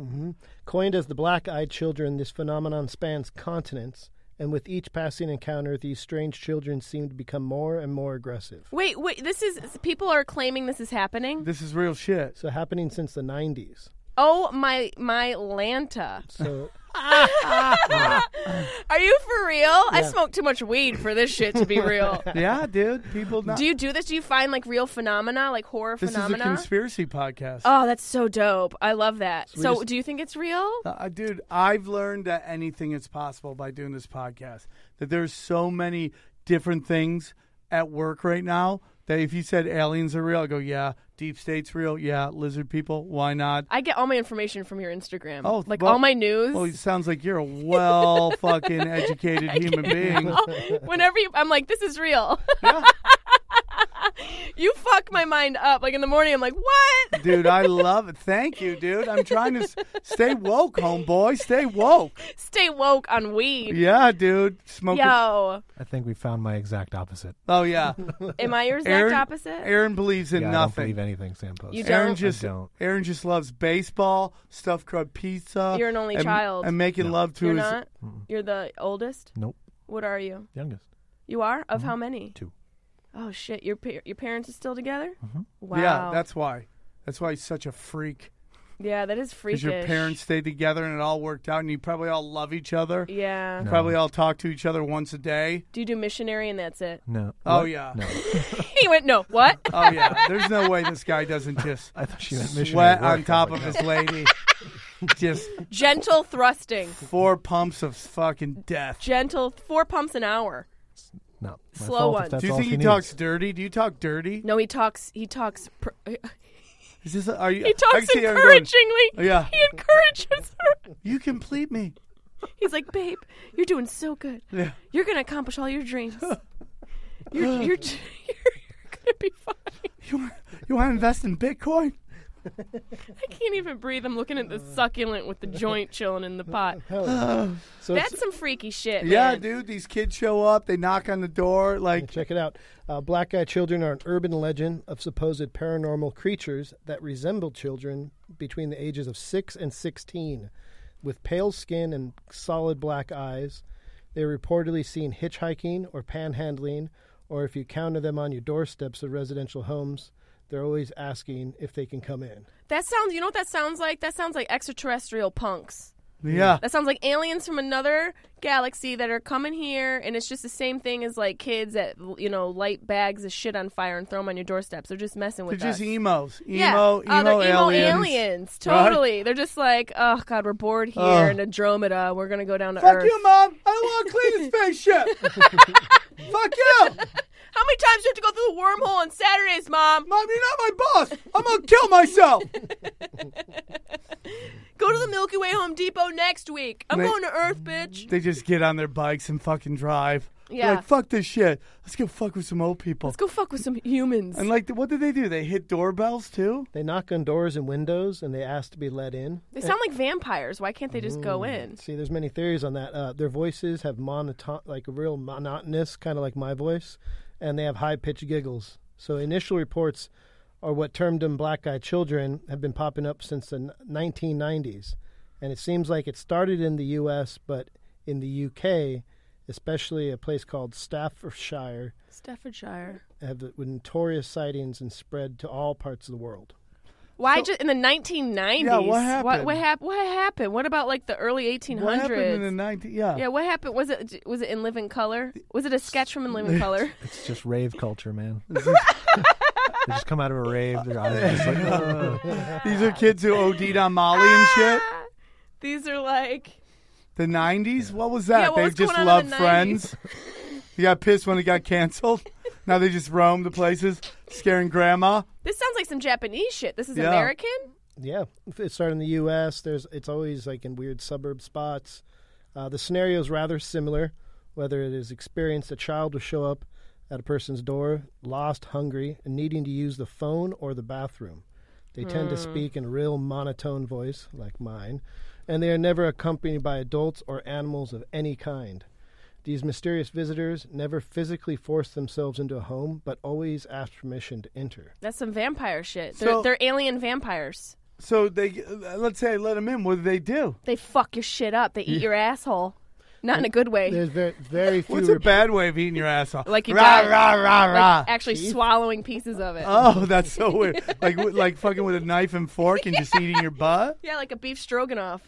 S3: Coined as the black eyed children, this phenomenon spans continents, and with each passing encounter, these strange children seem to become more and more aggressive.
S8: Wait, wait, this is people are claiming this is happening.
S1: This is real shit.
S3: So, happening since the 90s.
S8: Oh my my Lanta.
S3: So,
S8: Are you for real? I smoke too much weed for this shit to be real.
S1: Yeah, dude. People not.
S8: do you do this? Do you find like real phenomena, like horror
S1: this
S8: phenomena?
S1: is a conspiracy podcast.
S8: oh, that's so dope. I love that. So,
S3: just-
S8: do you think it's real?
S1: Uh, dude, I've learned that anything is possible by doing this podcast. That there's so many different things at work right now that if you said aliens are real, I go, yeah. Deep state's real, yeah. Lizard people, why not?
S8: I get all my information from your Instagram.
S1: Oh,
S8: like
S1: well-
S8: all my news.
S1: Well, it sounds like you're a well fucking educated human being.
S8: Oh. Whenever you, I'm like, this is real. you fuck my mind up. Like in the morning, I'm like, what?
S1: Dude, I love it. Thank you, dude. I'm trying to s- stay woke, homeboy. Stay woke.
S8: Stay woke on weed.
S1: Yeah, dude. Smoke.
S8: Yo,
S9: I think we found my exact opposite.
S1: Oh, yeah.
S8: am I your exact opposite?
S1: Aaron believes in
S9: Yeah, I don't
S1: nothing.
S9: believe anything Sam posts.
S8: You
S1: Aaron
S8: don't?
S1: just
S9: I don't.
S1: Aaron just loves baseball, stuffed crust pizza.
S8: You're an only
S1: and-
S8: child.
S1: and making love to
S8: You're
S1: his.
S8: not. You're the oldest.
S9: Nope.
S8: What are you?
S9: Youngest.
S8: You are of
S1: Mm-hmm.
S8: how many?
S9: Two.
S8: Oh shit! Your pa- your parents are still together? Wow.
S1: Mm-hmm. Yeah, that's why. That's why he's such a freak.
S8: yeah. That is freakish.
S1: Because your parents stayed together and it all worked out, and you probably all love each other.
S8: Yeah.
S1: Probably all talk to each other once a day.
S8: Do you do missionary and that's it?
S9: No.
S1: Oh
S9: What?
S1: yeah.
S9: No.
S8: He went no. What?
S1: Oh yeah. There's no way this guy doesn't just
S9: I thought she meant missionary
S1: sweat
S9: work. I
S1: on
S9: was
S1: top
S9: like,
S1: of
S9: no.
S1: his lady. just
S8: Gentle thrusting.
S1: four pumps of fucking death.
S8: Gentle. Four pumps an hour.
S9: No. My
S8: Slow
S9: fault if
S8: one.
S9: That's
S1: Do you
S9: all
S1: think
S9: she
S1: he
S9: needs.
S1: talks dirty? Do you talk dirty?
S8: No, he talks. He talks. Pr-
S1: Is this? Are you?
S8: He
S1: I can
S8: talks
S1: see Aaron going,
S8: encouragingly.
S1: Yeah.
S8: He encourages her.
S1: You complete me.
S8: He's like, babe, you're doing so good.
S1: Yeah.
S8: You're gonna accomplish all your dreams. You're you're, t- you're gonna be fine.
S1: You, you want to invest in Bitcoin?
S8: I can't even breathe. I'm looking at the
S1: Uh.
S8: succulent with the joint chilling in the pot.
S3: so it's-
S8: That's some freaky shit.
S1: Yeah,
S8: man.
S1: dude. These kids show up. They knock on the door. Like,
S3: Check it out. Uh, black eyed children are an urban legend of supposed paranormal creatures that resemble children between the ages of 6 and 16 with pale skin and solid black eyes. They were reportedly seen hitchhiking or panhandling, or if you counter them on your doorsteps of residential homes, they're always asking if they can come in.
S8: That sounds. You know what that sounds like? That sounds like extraterrestrial punks.
S1: Yeah.
S8: That sounds like aliens from another galaxy that are coming here, and it's just the same thing as like kids that you know light bags of shit on fire and throw them on your doorsteps. They're just messing
S1: They're
S8: with us.
S1: just emos. Emo,
S8: yeah.
S1: emo,
S8: oh, they're emo
S1: aliens. Right?
S8: Totally. They're just like, oh god, we're bored here
S1: Ugh.
S8: in Andromeda. We're gonna go down to
S1: Fuck
S8: Earth.
S1: you, mom. I don't want to clean the spaceship. Fuck you,
S8: How many times do you have to go through the wormhole on Saturdays, mom?
S1: mom. You're not my boss. I'm gonna kill myself.
S8: Go to the Milky Way Home Depot next week. I'm
S1: Mate.
S8: going to Earth, bitch.
S1: They just get on their bikes and fucking drive. They're
S8: Yeah.
S1: Like fuck this shit. Let's go fuck with some old people.
S8: Let's go fuck with some humans.
S1: And like, what did they do? They hit doorbells too.
S3: They knock on doors and windows and they ask to be let in.
S8: They sound like vampires. Why can't they just go in?
S3: See, there's many theories on that. Uh, their voices have monoton, like a real monotonous, kind of like my voice, and they have high pitched giggles. So initial reports are what termed them black eye children have been popping up since the n- 1990s, and it seems like it started in the U.S. but in the U.K., especially a place called Staffordshire,
S8: Staffordshire.
S3: have the- with notorious sightings and spread to all parts of the world.
S8: Why just in the 1990s?
S1: Yeah, what
S8: What,
S1: happened?
S8: what, hap- what happened? What about like the early 1800s?
S1: What happened in the 90s? Yeah.
S8: yeah, what happened? Was it was it in Living Color? Was it a sketch from In Living Color?
S9: It's just rave culture, man. they just come out of a rave. Their eyes are just like, "Ugh."
S1: These are kids who OD'd on Molly and shit.
S8: These are like
S1: The 90s? What was that?
S8: Yeah, what
S1: they
S8: was
S1: just
S8: going on in
S1: loved
S8: the
S1: Friends. they got pissed when it got canceled. now they just roam the places, scaring grandma.
S8: this sounds like some Japanese shit. This is
S1: Yeah.
S8: American.
S3: Yeah, if it started in the U.S. There's it's always like in weird suburb spots. Uh, the scenario is rather similar. Whether it is experienced, a child will show up at a person's door, lost, hungry, and needing to use the phone or the bathroom. They tend to
S1: Hmm.
S3: speak in a real monotone voice, like mine, and they are never accompanied by adults or animals of any kind. These mysterious visitors never physically force themselves into a home, but always ask permission to enter.
S8: That's some vampire shit. They're,
S1: So-
S8: they're alien vampires.
S1: So they, uh, let's say, I let them in. What do they do?
S8: They fuck your shit up. They eat your asshole. Not in a good way.
S3: There's very, very few.
S1: What's a
S3: rep-
S1: bad way of eating your ass off?
S8: Like you
S1: rah,
S8: die.
S1: rah, rah, rah.
S8: Like actually swallowing pieces of it.
S1: oh, that's so weird. like w- like fucking with a knife and fork and just eating your butt.
S8: yeah, like a beef stroganoff.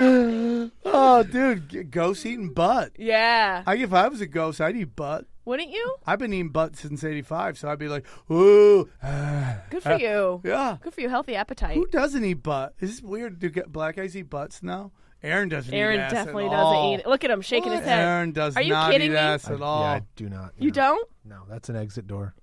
S1: Oh, dude, g- ghost eating butt.
S8: Yeah.
S1: I if I was a ghost, I'd eat butt.
S8: Wouldn't you?
S1: I've been eating butt since '85, so I'd be like, ooh, ah."
S8: Good for you.
S1: yeah.
S8: Good for you. Healthy appetite.
S1: Who doesn't eat butt? Is this weird? Do get black guys eat butts now? Aaron doesn't
S8: Aaron
S1: eat ass
S8: definitely
S1: at
S8: doesn't
S1: all.
S8: eat it. Look at him shaking his head.
S1: Aaron does
S8: Are you
S1: not
S8: kidding
S1: eat
S8: me?
S1: ass
S9: I-
S1: at all.
S9: Yeah, I do not.
S8: You don't?
S9: No, that's an exit door.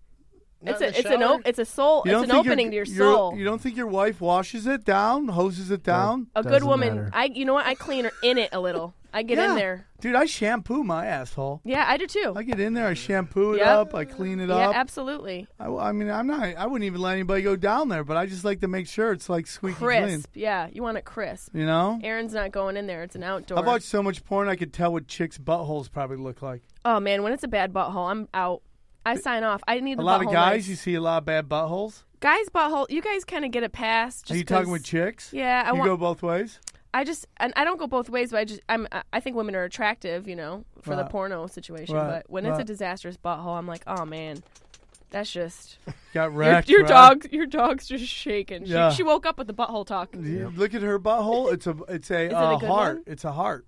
S8: It's
S3: in
S8: a
S3: the
S8: it's an
S3: shower?
S8: op- it's a soul.
S1: You don't
S8: it's an
S1: think your-
S8: opening to your
S1: your-
S8: soul.
S1: You don't think your wife washes it down, hoses it down?
S8: a good
S9: Doesn't
S8: woman.
S9: matter.
S8: I you know what? I clean her in it a little. I get
S1: Yeah.
S8: in there.
S1: Dude, I shampoo my asshole.
S8: Yeah, I do too.
S1: I get in there, I shampoo it
S8: Yep.
S1: up, I clean it
S8: yeah,
S1: up.
S8: absolutely.
S1: I, I mean, I'm not. I wouldn't even let anybody go down there, but I just like to make sure it's like squeaky clean.
S8: Crisp. Yeah, you want it crisp.
S1: You know.
S8: Aaron's not going in there. It's an outdoor.
S1: I've watched so much porn, I could tell what chicks' buttholes probably look like.
S8: oh man, when it's a bad butthole, I'm out. I sign off. I need
S1: A
S8: the
S1: lot of
S8: butthole
S1: guys,
S8: lights.
S1: you see a lot of bad buttholes.
S8: guys butthole. You guys kind of get it past. Just
S1: Are you talking
S8: 'cause-
S1: with chicks?
S8: Yeah, I
S1: you
S8: want.
S1: go both ways.
S8: I just and I don't go both ways, but I just I'm I- I think women are attractive, you know, for the
S1: Right.
S8: porno situation.
S1: Right.
S8: But when it's a
S1: Right.
S8: disastrous butthole, I'm like, oh man, that's just
S1: Got
S8: your,
S1: wrecked.
S8: your
S1: right?
S8: dog's your dog's just shaking.
S1: Yeah.
S8: She, she woke up with the butthole talk.
S1: You Look at her butthole. It's a it's a,
S8: it
S1: uh,
S8: a good
S1: heart.
S8: one?
S1: It's a heart.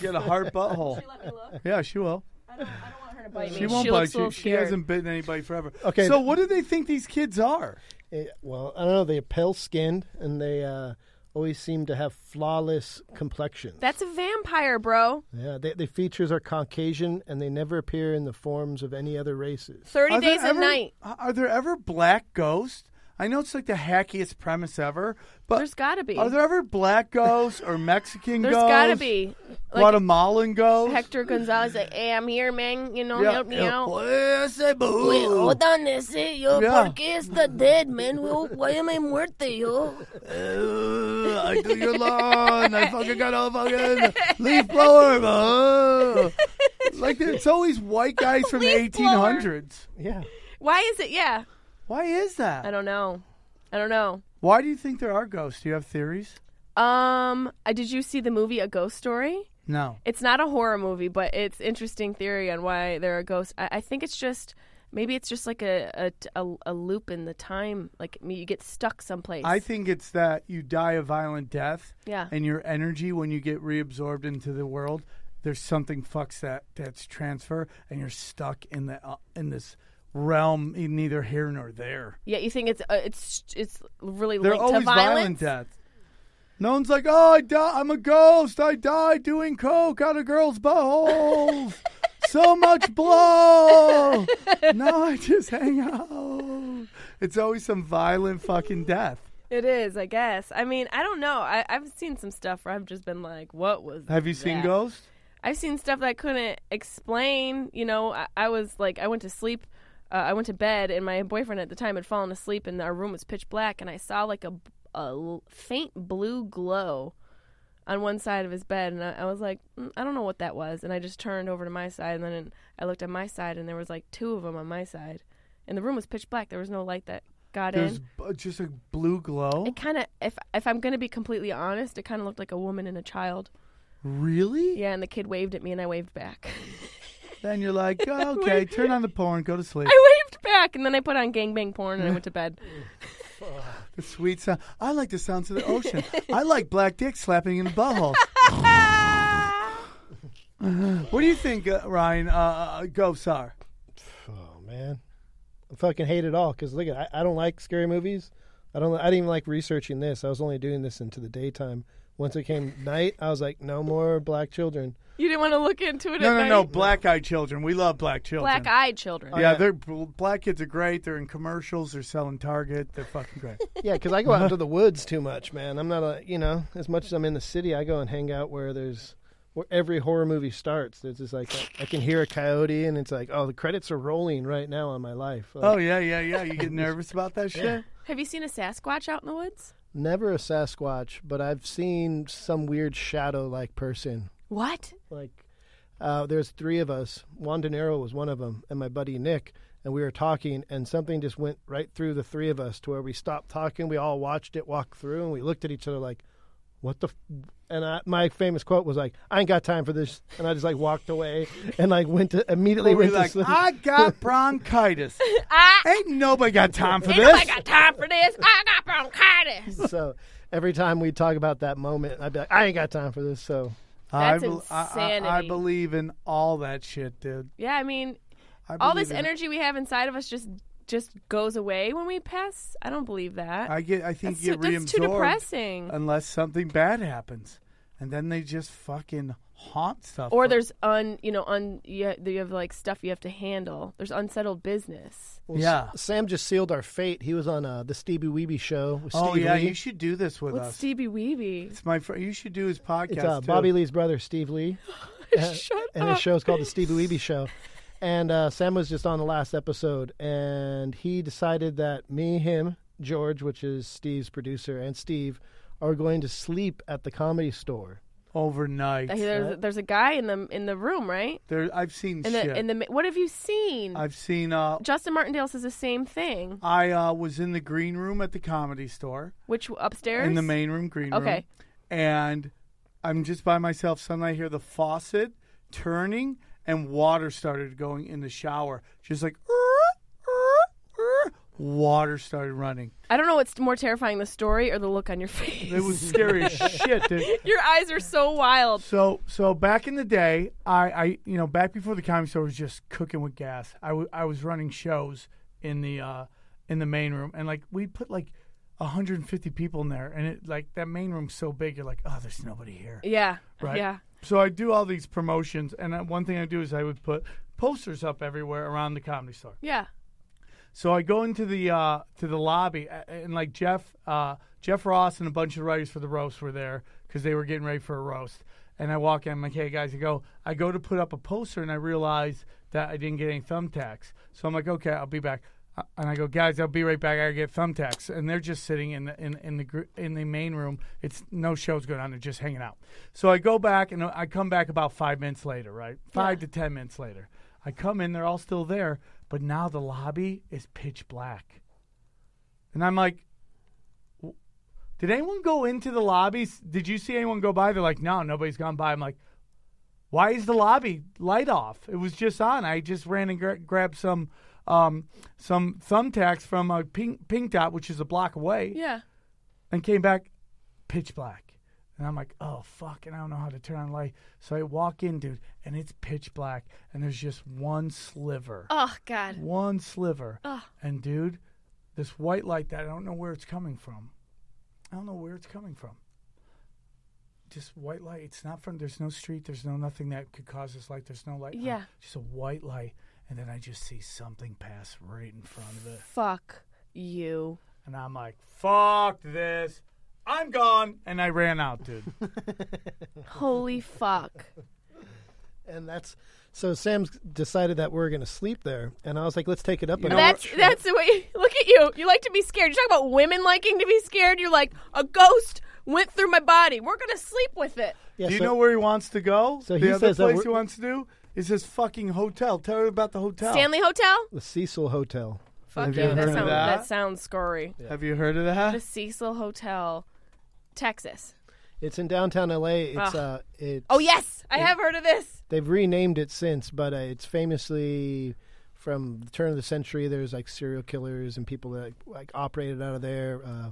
S1: Get a heart butthole.
S8: Let me look.
S1: Yeah, she will.
S8: I don't, I don't want her to bite me.
S1: She won't
S8: looks
S1: bite
S8: a little
S1: you. She
S8: scared.
S1: hasn't bitten anybody forever.
S3: Okay.
S1: So what do they think these kids are?
S3: Eh, well, I don't know. They're pale skinned and they uh, always seem to have flawless complexions.
S8: That's a vampire, bro.
S3: yeah, they, their features are Caucasian and they never appear in the forms of any other races.
S8: Thirty
S1: Are there
S8: days a
S1: ever-
S8: night.
S1: Are there ever black ghosts? I know it's like the hackiest premise ever, but
S8: There's gotta be.
S1: Are there ever black ghosts or Mexican
S8: There's
S1: ghosts?
S8: gotta be. Like
S1: Guatemalan ghosts.
S8: Hector Gonzalez, like, hey, I'm here, man. You know,
S1: yeah.
S8: help me
S1: yeah.
S8: out.
S1: Pues, eh, boo.
S8: on ese, yo.
S1: Yeah.
S8: qué está dead, man? Why am I muerte, yo?
S1: Uh, I do your lawn. I fucking got a fucking leaf blower. uh. Like it's always white guys from the
S8: Leaf blower.
S1: 1800s.
S3: Yeah.
S8: Why is it? Yeah.
S1: Why is
S8: I
S1: that?
S8: don't know. I don't know.
S1: Why do you think there are ghosts? Do you have theories?
S8: Um, uh, did you see the movie A Ghost Story?
S1: No.
S8: It's not a horror movie, but it's interesting theory on why there are ghosts. I, I think it's just maybe it's just like a a, t- a- a loop in the time. Like I mean, you get stuck someplace.
S1: I think it's that you die a violent death.
S8: Yeah.
S1: And your energy, when you get reabsorbed into the world, there's something fucks that that's transfer, and you're stuck in the uh, in this realm, neither here nor there.
S8: yeah, you think it's uh, it's it's really
S1: They're
S8: linked to
S1: always
S8: violence.
S1: violent deaths. No one's like, oh, I di- I'm a ghost. I died doing coke out of girls' buttholes. so much blow. no, I just hang out. It's always some violent fucking death.
S8: It is, I guess. I mean, I don't know. I, I've seen some stuff where I've just been like, "What was?"
S1: Have you seen
S8: that?
S1: Ghost?
S8: I've seen stuff that I couldn't explain. You know, I, I was like, I went to sleep, uh, I went to bed, and my boyfriend at the time had fallen asleep, and our room was pitch black, and I saw like a, a l- faint blue glow on one side of his bed, and I, I was like, mm, I don't know what that was, and I just turned over to my side, and then I looked at my side, and there was like two of them on my side, and the room was pitch black. There was no light that got
S1: There's
S8: in.
S1: b- just a blue glow.
S8: It kind of, if if I'm gonna be completely honest, it kind of looked like a woman and a child.
S1: Really?
S8: Yeah, and the kid waved at me, and I waved back.
S1: Then you're like, oh, okay, turn on the porn, go to sleep.
S8: I waved back, and then I put on gangbang porn, and I went to bed.
S1: The sweet sound. I like the sounds of the ocean. I like black dick slapping in the butthole. what do you think, uh, Ryan? Uh, uh, ghosts are.
S3: Oh man, I fucking hate it all. Cause look at I, I don't like scary movies. I don't. I didn't even like researching this. I was only doing this into the daytime. Once it came night, I was like, no more black children.
S8: You didn't want to look into it.
S1: No,
S8: at
S1: no, no.
S8: night?
S1: Black-eyed children. We love black children. Oh,
S8: Black-eyed children.
S1: Yeah, they're black kids are great. They're in commercials. They're selling Target. They're fucking great.
S3: Yeah, because I go out into the woods too much, man. I'm not a you know as much as I'm in the city. I go and hang out where there's where every horror movie starts. There's just like I, I can hear a coyote, and it's like, oh, the credits are rolling right now on my life. Like,
S1: oh yeah, yeah, yeah. You get nervous about that shit?
S8: Have you seen a Sasquatch out in the woods?
S3: Never a Sasquatch, but I've seen some weird shadow like person.
S8: What?
S3: Like, uh, there's three of us. Juan De Niro was one of them, and my buddy Nick. And we were talking, and something just went right through the three of us to where we stopped talking. We all watched it walk through, and we looked at each other like, "What the?" F-? And I, my famous quote was like, "I ain't got time for this," and I just like walked away and like went to immediately
S1: We're
S3: went
S1: like, "Ah!"
S3: to sleep.
S1: I got bronchitis. Ain't nobody got time for
S8: Ain't
S1: this.
S8: nobody Ah, got time for this. I got bronchitis.
S3: so every time we talk about that moment, I'd be like, "I ain't got time for this." So
S8: That's
S1: I, bel- I- I- I
S8: insanity.
S1: believe in all that shit, dude.
S8: Yeah, I mean,
S1: I
S8: all
S1: believe
S8: this
S1: in-
S8: energy we have inside of us just just goes away when we pass. I don't believe that.
S1: I get. I think
S8: that's,
S1: you
S8: too,
S1: get
S8: that's too
S1: reabsorbed
S8: depressing.
S1: unless something bad happens, and then they just fucking haunt stuff.
S8: or
S1: for-
S8: there's un you know un you have, you have like stuff you have to handle. There's unsettled business.
S1: yeah.
S3: Sam just sealed our fate. He was on uh, the Stevie Weeby show with
S1: Oh
S3: Steve
S1: yeah,
S3: Lee.
S1: you should do this with
S8: What's
S1: us.
S8: Stevie Weeby?
S1: It's my friend. You should do his podcast.
S3: It's uh,
S1: too.
S3: Bobby Lee's brother, Steve Lee,
S8: Shut
S3: Uh, and
S8: up.
S3: his show is called the Stevie Weeby Show. And uh, Sam was just on the last episode, and he decided that me, him, George, which is Steve's producer, and Steve are going to sleep at the comedy store.
S1: overnight.
S8: Hey, There's, there's a guy in the in the room, right?
S1: There, I've seen
S8: In
S1: shit.
S8: the in the ma- what have you seen?
S1: I've seen. Uh,
S8: Justin Martindale says the same thing.
S1: I uh, was in the green room at the comedy store
S8: Which upstairs?
S1: in the main room, green room.
S8: Okay.
S1: And I'm just by myself. Suddenly, I hear the faucet turning, and water started going in the shower. Just like water started running.
S8: I don't know what's more terrifying, the story or the look on your face.
S1: It was scary as shit, dude.
S8: your eyes are so wild.
S1: So so back in the day, I, I you know back before the comedy store was just cooking with gas. I wa- I was running shows in the uh, in the main room, and like we put like 150 people in there, and it like that main room's so big, you're like, oh, there's nobody here.
S8: Yeah.
S1: Right.
S8: Yeah.
S1: So I do all these promotions, and I, one thing I do is I would put posters up everywhere around the comedy store.
S8: Yeah.
S1: So I go into the uh, to the lobby, a- and like Jeff uh, Jeff Ross and a bunch of writers for the roast were there because they were getting ready for a roast. And I walk in, I'm like, "Hey guys," I go, I go to put up a poster, and I realize that I didn't get any thumbtacks. So I'm like, "Okay, I'll be back." Uh, And I go, "Guys, I'll be right back. I gotta get thumbtacks." And they're just sitting in the in in the gr- in the main room. It's no shows going on. They're just hanging out. So I go back, and I come back about five minutes later, right? Five to ten minutes later. I come in, they're all still there, but now the lobby is pitch black. And I'm like, "W- Did anyone go into the lobbies? Did you see anyone go by? They're like, no, nobody's gone by. I'm like, why is the lobby light off? It was just on. I just ran and gra- grabbed some um, some thumbtacks from a pink, pink dot, which is a block away,
S8: Yeah.
S1: and came back pitch black. And I'm like, oh, fuck, and I don't know how to turn on the light. So I walk in, dude, and it's pitch black, and there's just one sliver
S8: Oh God.
S1: one sliver. And dude, this white light that I don't know where it's coming from. I don't know where it's coming from. Just white light. It's not from. There's no street. There's no nothing that could cause this light. There's no light. on it.
S8: Yeah.
S1: Just a white light, and then I just see something pass right in front of it,
S8: Fuck you.
S1: and I'm like, "Fuck this." I'm gone, and I ran out, dude.
S8: Holy fuck.
S3: And that's so Sam's decided that we're going to sleep there, and I was like, let's take it up. a
S1: know
S3: notch.
S8: That's that's the way. Look at you. You like to be scared. You talk about women liking to be scared. You're like a ghost went through my body. We're gonna sleep with it.
S3: Yeah,
S1: do you
S3: so-
S1: know where he wants to go?
S3: so
S1: the
S3: he
S1: other
S3: says that
S1: place
S3: we're-
S1: he wants to do is this fucking hotel. Tell her about the hotel.
S8: Stanley Hotel.
S3: the Cecil Hotel.
S8: Fuck
S1: Have
S8: you.
S1: you
S8: That,
S1: heard of
S8: sound-
S1: that?
S8: that sounds scary.
S1: Have you heard of that?
S8: The Cecil Hotel, Texas.
S3: It's in downtown LA. It's
S8: Ah.
S3: uh, it's,
S8: Oh yes, I have heard of this.
S3: They've renamed it since, but uh, it's famously from the turn of the century. There's like serial killers and people that like, like operated out of there. Uh,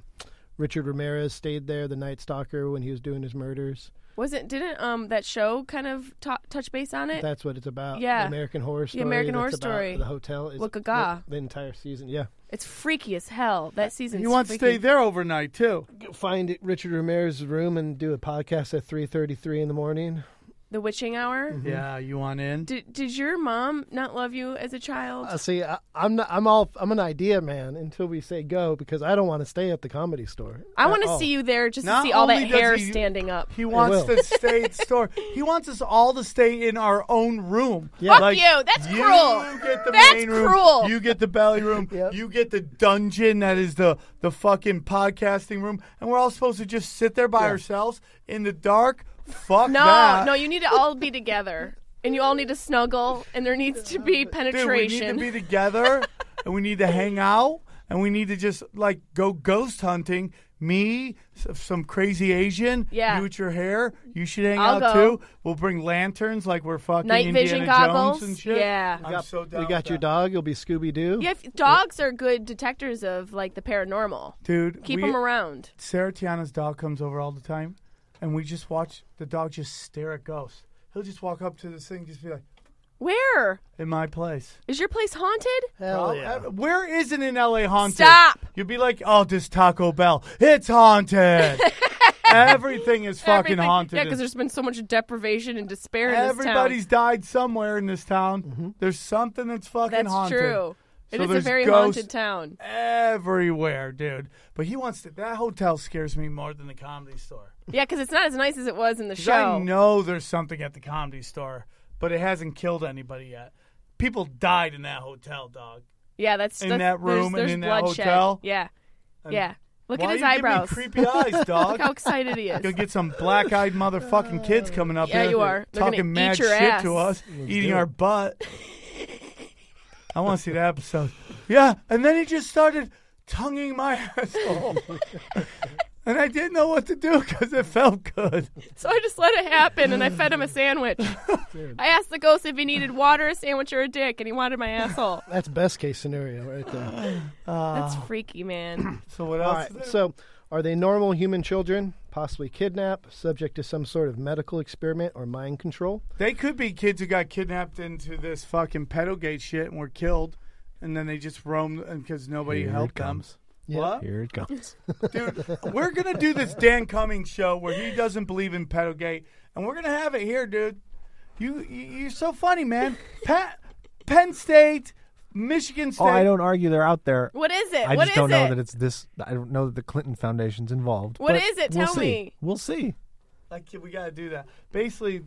S3: Richard Ramirez stayed there, the Night Stalker, when he was doing his murders.
S8: Wasn't didn't um that show kind of ta touch base on it?
S3: That's what it's about.
S8: Eh, Yeah.
S3: the American Horror Story.
S8: American
S3: that's
S8: Horror
S3: about
S8: Story.
S3: The hotel. It's
S8: Look a ga.
S3: The, the entire season. Yeah.
S8: It's freaky as hell. That season.
S1: You want to stay there overnight too.
S3: Find it- Richard Ramirez's room and do a podcast at three thirty-three in the morning.
S8: The witching hour.
S1: Yeah, you want in?
S8: Did did your mom not love you as a child?
S3: Uh, see, I, I'm not, I'm all I'm an idea man until we say go because I don't want to stay at the comedy store.
S8: I want to
S3: all.
S8: see you there just to
S1: Not
S8: see all that
S1: only does
S8: hair
S1: he-
S8: standing up.
S1: He wants
S3: will.
S1: to stay at store. He wants us all to stay in our own room.
S3: Yeah. Fuck
S8: you, that's cruel.
S1: You get the
S8: That's
S1: main room.
S8: cruel.
S1: You get the belly room.
S3: Yep.
S1: You get the dungeon that is the the fucking podcasting room, and we're all supposed to just sit there by ourselves in the dark. Fuck
S8: No,
S1: that.
S8: no, you need to all be together, and you all need to snuggle, and there needs to be
S1: Dude, we need to
S8: penetration.
S1: be together, and we need to hang out, and we need to just like go ghost hunting. Me, s- some crazy Asian.
S8: Yeah.
S1: You with your hair. You should hang
S8: I'll
S1: out
S8: go.
S1: too. We'll bring lanterns like we're fucking
S8: Night
S1: Indiana
S8: vision
S1: Jones
S8: goggles.
S1: and shit.
S8: Yeah.
S1: I'm so down
S3: We got
S1: with
S3: your
S1: that.
S3: dog. You'll be Scooby Doo.
S8: yeah, if- dogs are good detectors of like the paranormal.
S1: dude.
S8: Keep
S1: we,
S8: them around.
S1: Sarah Tiana's dog comes over all the time, and we just watch the dog just stare at ghosts. He'll just walk up to this thing, just be like,
S8: Where
S1: "In my place."
S8: is your place haunted?
S3: Hell
S1: Well,
S3: yeah.
S1: uh, Where isn't in LA haunted?
S8: Stop.
S1: You'd be like, oh, this Taco Bell, it's haunted. Everything is fucking
S8: Everything-
S1: haunted.
S8: Yeah, because there's been so much deprivation and despair in
S1: Everybody's died somewhere in this town. There's something that's fucking
S8: this town. That's
S1: haunted.
S8: true. It
S1: So
S8: is a
S1: there's
S8: very
S1: ghosts
S8: haunted town.
S1: Everywhere, dude. But he wants to. That hotel scares me more than the comedy store.
S8: Yeah, because it's not as nice as it was in the
S1: 'Cause I
S8: show.
S1: know there's something at the comedy store, but it hasn't killed anybody yet. People died in that hotel, dog.
S8: Yeah, that's
S1: In
S8: that's-
S1: that room and
S8: there's, there's
S1: in that
S8: bloodshed.
S1: hotel.
S8: Yeah, yeah. Look
S1: Why
S8: at his
S1: you give me
S8: eyebrows.
S1: creepy eyes, dog.
S8: Look how excited he is.
S1: You'll get some black-eyed motherfucking kids coming up
S8: Uh, Yeah,
S1: here
S8: you are. They're gonna
S1: talking
S8: eat
S1: mad
S8: your
S1: shit
S8: ass.
S1: to us, eating our butt. I want to see that episode. Yeah, and then he just started tonguing my asshole, and I didn't know what to do because it felt good.
S8: So I just let it happen, and I fed him a sandwich. I asked the ghost if he needed water, a sandwich, or a dick, and he wanted my asshole.
S3: That's best case scenario right there.
S8: That's
S1: Ah.
S8: freaky, man.
S1: So what
S3: All
S1: else? is
S3: right.
S1: there?
S3: So, are they normal human children, possibly kidnapped, subject to some sort of medical experiment or mind control?
S1: They could be kids who got kidnapped into this fucking pedogate shit and were killed, and then they just roamed because nobody
S9: Here it
S1: helped them.
S9: comes.
S1: What?
S9: Here it comes.
S1: Dude, we're gonna do this Dan Cummings show where he doesn't believe in pedogate, and we're gonna have it here, dude. You, you you're so funny, man. Pat, Penn State, Michigan State.
S9: oh, I don't argue they're out there.
S8: What is it?
S9: I
S8: What
S9: just
S8: is
S9: don't know
S8: it?
S9: that it's this. I don't know that the Clinton Foundation's involved.
S8: What
S9: What is
S8: is it?
S9: We'll
S8: Tell
S9: see.
S8: me.
S9: We'll see.
S1: Like we gotta do that. Basically,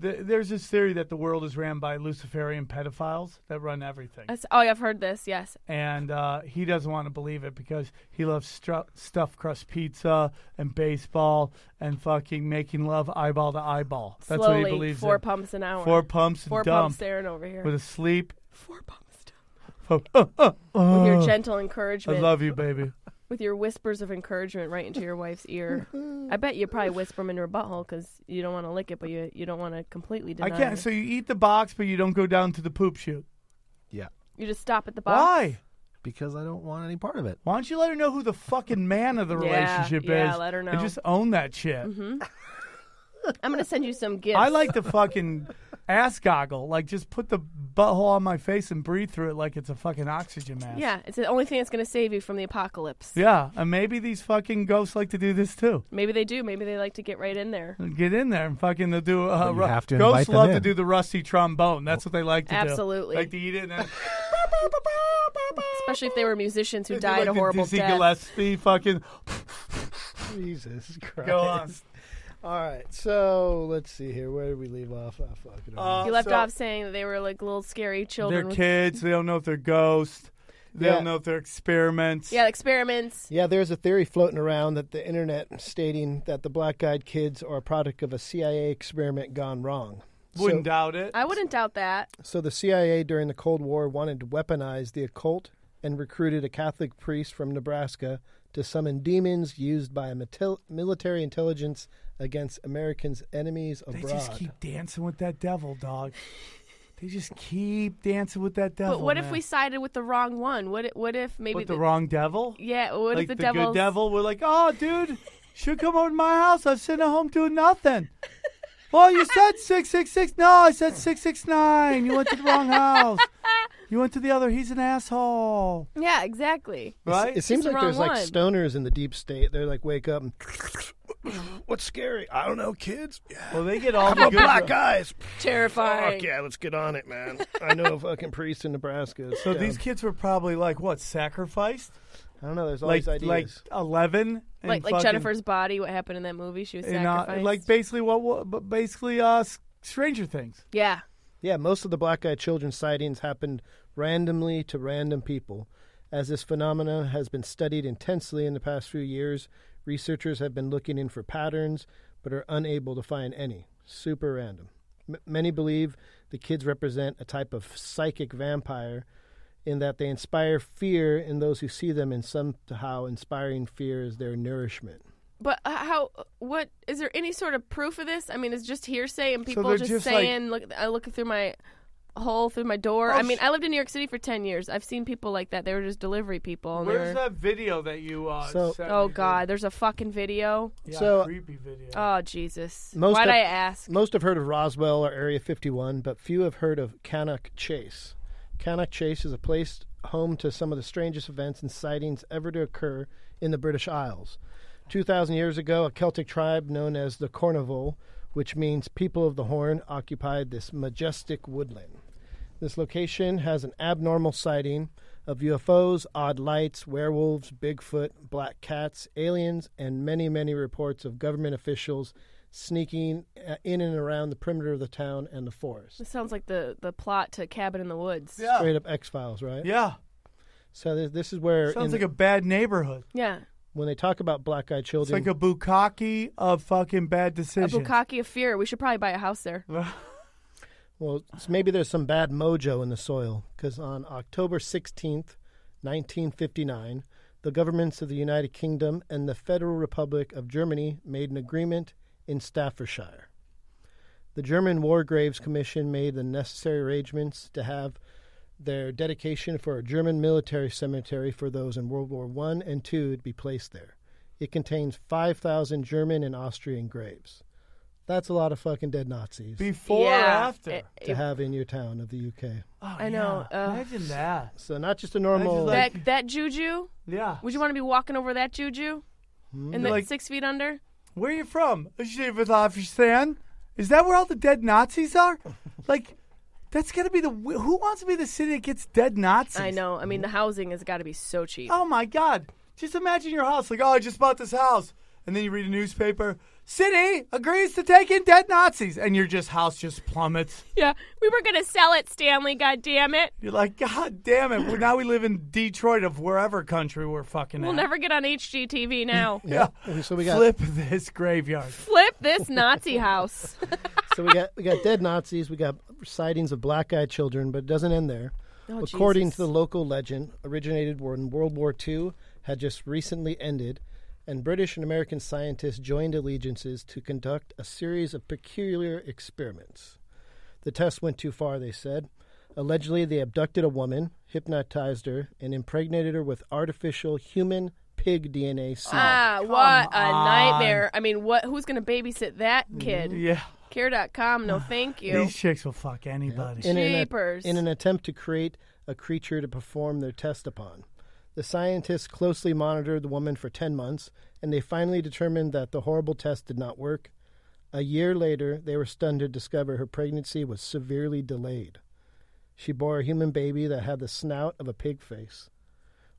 S1: th- there's this theory that the world is ran by Luciferian pedophiles that run everything.
S8: That's, oh, yeah, I've heard this. Yes.
S1: and uh, he doesn't want to believe it because he loves stru- stuffed crust pizza and baseball and fucking making love eyeball to eyeball. That's
S8: Slowly,
S1: what he believes.
S8: four
S1: in.
S8: pumps an hour.
S1: Four pumps and
S8: Four
S1: dump
S8: pumps there and over here.
S1: with a sleep.
S8: four pumps. Down.
S1: Oh, oh, oh,
S8: With your
S1: oh.
S8: gentle
S1: I
S8: encouragement.
S1: love you, baby.
S8: with your whispers of encouragement right into your wife's ear. I bet you probably whisper them into her butthole because you don't want to lick it, but you you don't want to completely deny.
S1: I can't.
S8: it.
S1: So you eat the box, but you don't go down to the poop chute.
S9: Yeah,
S8: you just stop at the box.
S1: Why?
S9: because I don't want any part of it.
S1: Why don't you let her know who the fucking man of the
S8: Yeah,
S1: relationship
S8: yeah,
S1: is?
S8: let her know. Mm-hmm.
S1: And just own that shit.
S8: I'm gonna send you some gifts.
S1: I like the fucking ass goggle. Like, just put the butthole on my face and breathe through it like it's a fucking oxygen mask.
S8: Yeah, it's the only thing that's gonna save you from the apocalypse.
S1: Yeah, and maybe these fucking ghosts like to do this too.
S8: Maybe they do. Maybe they like to get right in there.
S1: Get in there and fucking they'll do. Uh,
S9: But you
S1: ru-
S9: have to
S1: ghosts
S9: invite them
S1: love to
S9: in.
S1: do the rusty trombone. That's what they like to
S8: Absolutely.
S1: do. Like to eat it and then.
S8: Especially if they were musicians who
S1: do like
S8: died a
S1: the
S8: horrible
S1: Dizzy
S8: death.
S1: Gillespie fucking
S3: Jesus Christ.
S1: go on.
S3: All right, so let's see here. Where did we leave off? Oh, fuck it.
S1: Uh,
S8: You left
S1: so
S8: off saying that they were like little scary
S1: They're
S8: children. with-
S1: kids. They don't know if they're ghosts. They
S3: Yeah.
S1: don't know if they're experiments.
S8: yeah, experiments.
S3: Yeah, there's a theory floating around that the internet stating that the black eyed kids are a product of a CIA experiment gone wrong.
S1: Wouldn't
S3: so,
S1: doubt it.
S8: I wouldn't doubt that.
S3: so the CIA during the Cold War wanted to weaponize the occult and recruited a Catholic priest from Nebraska to summon demons used by mitil- military intelligence against Americans' enemies
S1: They
S3: abroad.
S1: just keep dancing with that devil, dog. They just keep dancing with that devil.
S8: But what if
S1: Oh, man.
S8: we sided with the wrong one? What? i- What if maybe?
S1: with the wrong devil?
S8: Yeah. What
S1: like
S8: if the,
S1: good
S8: devil's-
S1: devil, we're like, oh, dude, should come over to my house. I'm sitting at home doing nothing. well, you said six six six. No, I said six six nine. You went to the wrong house. You went to the other. He's an asshole,
S8: Yeah, exactly.
S1: right?
S3: It seems
S8: the
S3: like there's
S8: wrong
S3: like
S8: one.
S3: stoners in the deep state. They're like, wake up and what's scary? I don't know, kids.
S1: well, they get all the good.
S3: Black eyes.
S8: Terrifying.
S3: Fuck yeah, let's get on it, man. I know a fucking priest in Nebraska. It's
S1: So
S3: down.
S1: these kids were probably like what sacrificed,
S3: I don't know. There's all
S1: like
S3: these ideas.
S1: like eleven, and
S8: Like like
S1: fucking-
S8: Jennifer's body. What happened in that movie? She was
S1: and, uh,
S8: sacrificed.
S1: like basically what, what, but basically uh, S- Stranger Things.
S8: yeah.
S3: yeah, most of the black eyed children sightings happened randomly to random people. As this phenomenon has been studied intensely in the past few years, researchers have been looking in for patterns but are unable to find any. Super random. M- many believe the kids represent a type of psychic vampire in that they inspire fear in those who see them, and somehow inspiring fear is their nourishment.
S8: But h- how? What is there any sort of proof of this? I mean, it's just hearsay and people
S1: they're
S8: just,
S1: just like-
S8: saying. look, I look through my hole through my door.
S1: Oh,
S8: I mean, I lived in New York City for ten years. I've seen people like that. They were just delivery people. And they were,
S1: Where's that video that you uh,
S3: So-
S1: sent
S8: oh
S1: me?
S8: God, there's a fucking video.
S1: yeah,
S3: So-
S1: creepy video.
S8: Oh Jesus,
S3: Most
S8: why'd
S3: of-
S8: I ask?
S3: Most have heard of Roswell or Area 51, but few have heard of Canuck Chase. Canuck Chase is a place home to some of the strangest events and sightings ever to occur in the British Isles. 2,000 years ago, a Celtic tribe known as the Cornival, which means people of the horn, occupied this majestic woodland. This location has an abnormal sighting of UFOs, odd lights, werewolves, Bigfoot, black cats, aliens, and many, many reports of government officials sneaking uh, in and around the perimeter of the town and the forest.
S8: This sounds like the the plot to Cabin in the Woods.
S1: Yeah.
S3: Straight up X Files, right?
S1: Oh. yeah,
S3: So this, this is where in
S1: sounds
S3: the-
S1: like a bad neighborhood.
S8: Yeah,
S3: when they talk about black-eyed
S1: It's
S3: children,
S1: like a bukkake of fucking bad
S8: a
S1: decisions.
S8: bukkake of fear. We should probably buy a house there.
S3: Well, it's- maybe there's some bad mojo in the soil because on October 16th, 1959, the governments of the United Kingdom and the Federal Republic of Germany made an agreement in Staffordshire. The German War Graves Commission made the necessary arrangements to have their dedication for a German military cemetery for those in World War I and II to be placed there. It contains 5,000 German and Austrian graves. That's a lot of fucking dead Nazis
S1: Before or
S8: Yeah.
S1: after?
S8: It-
S3: to have in your town of the UK.
S1: oh,
S8: I know,
S1: yeah.
S8: uh,
S1: Imagine that.
S3: So not just a normal.
S1: I just
S8: that that juju.
S1: Yeah.
S8: Would you want to be walking over that juju? In the
S1: Like-
S8: six feet under?
S1: Where are you from? Uzbekistan. Is that where all the dead Nazis are? like, that's gotta be the. w- Who wants to be the city that gets dead Nazis?
S8: I know. I mean, the housing has got to be so cheap.
S1: Oh my God! Just imagine your house. Like, oh, I just bought this house, and then you read a newspaper. City agrees to take in dead Nazis, and your just house just plummets.
S8: Yeah, we were gonna sell it, Stanley. God damn it!
S1: You're like, God damn it! Well, now we live in Detroit of wherever country we're fucking
S8: We'll
S1: at.
S8: never get on HGTV now.
S1: yeah.
S3: so we got
S1: Flip this graveyard.
S8: Flip this Nazi house.
S3: so we got we got dead Nazis. We got sightings of black-eyed children, but it doesn't end there.
S8: Oh,
S3: According
S8: Jesus.
S3: to the local legend, originated in World War II, had just recently ended, and British and American scientists joined allegiances to conduct a series of peculiar experiments. The tests went too far, they said. Allegedly, they abducted a woman, hypnotized her, and impregnated her with artificial human pig DNA semen.
S8: Ah, what a nightmare. I mean, what? who's going to babysit that kid?
S1: Yeah.
S8: Care.com, no thank you.
S1: These chicks will fuck anybody.
S3: in an,
S8: Jeepers.
S3: in an attempt to create a creature to perform their test upon. The scientists closely monitored the woman for 10 months, and they finally determined that the horrible test did not work. A year later, they were stunned to discover her pregnancy was severely delayed. She bore a human baby that had the snout of a pig face.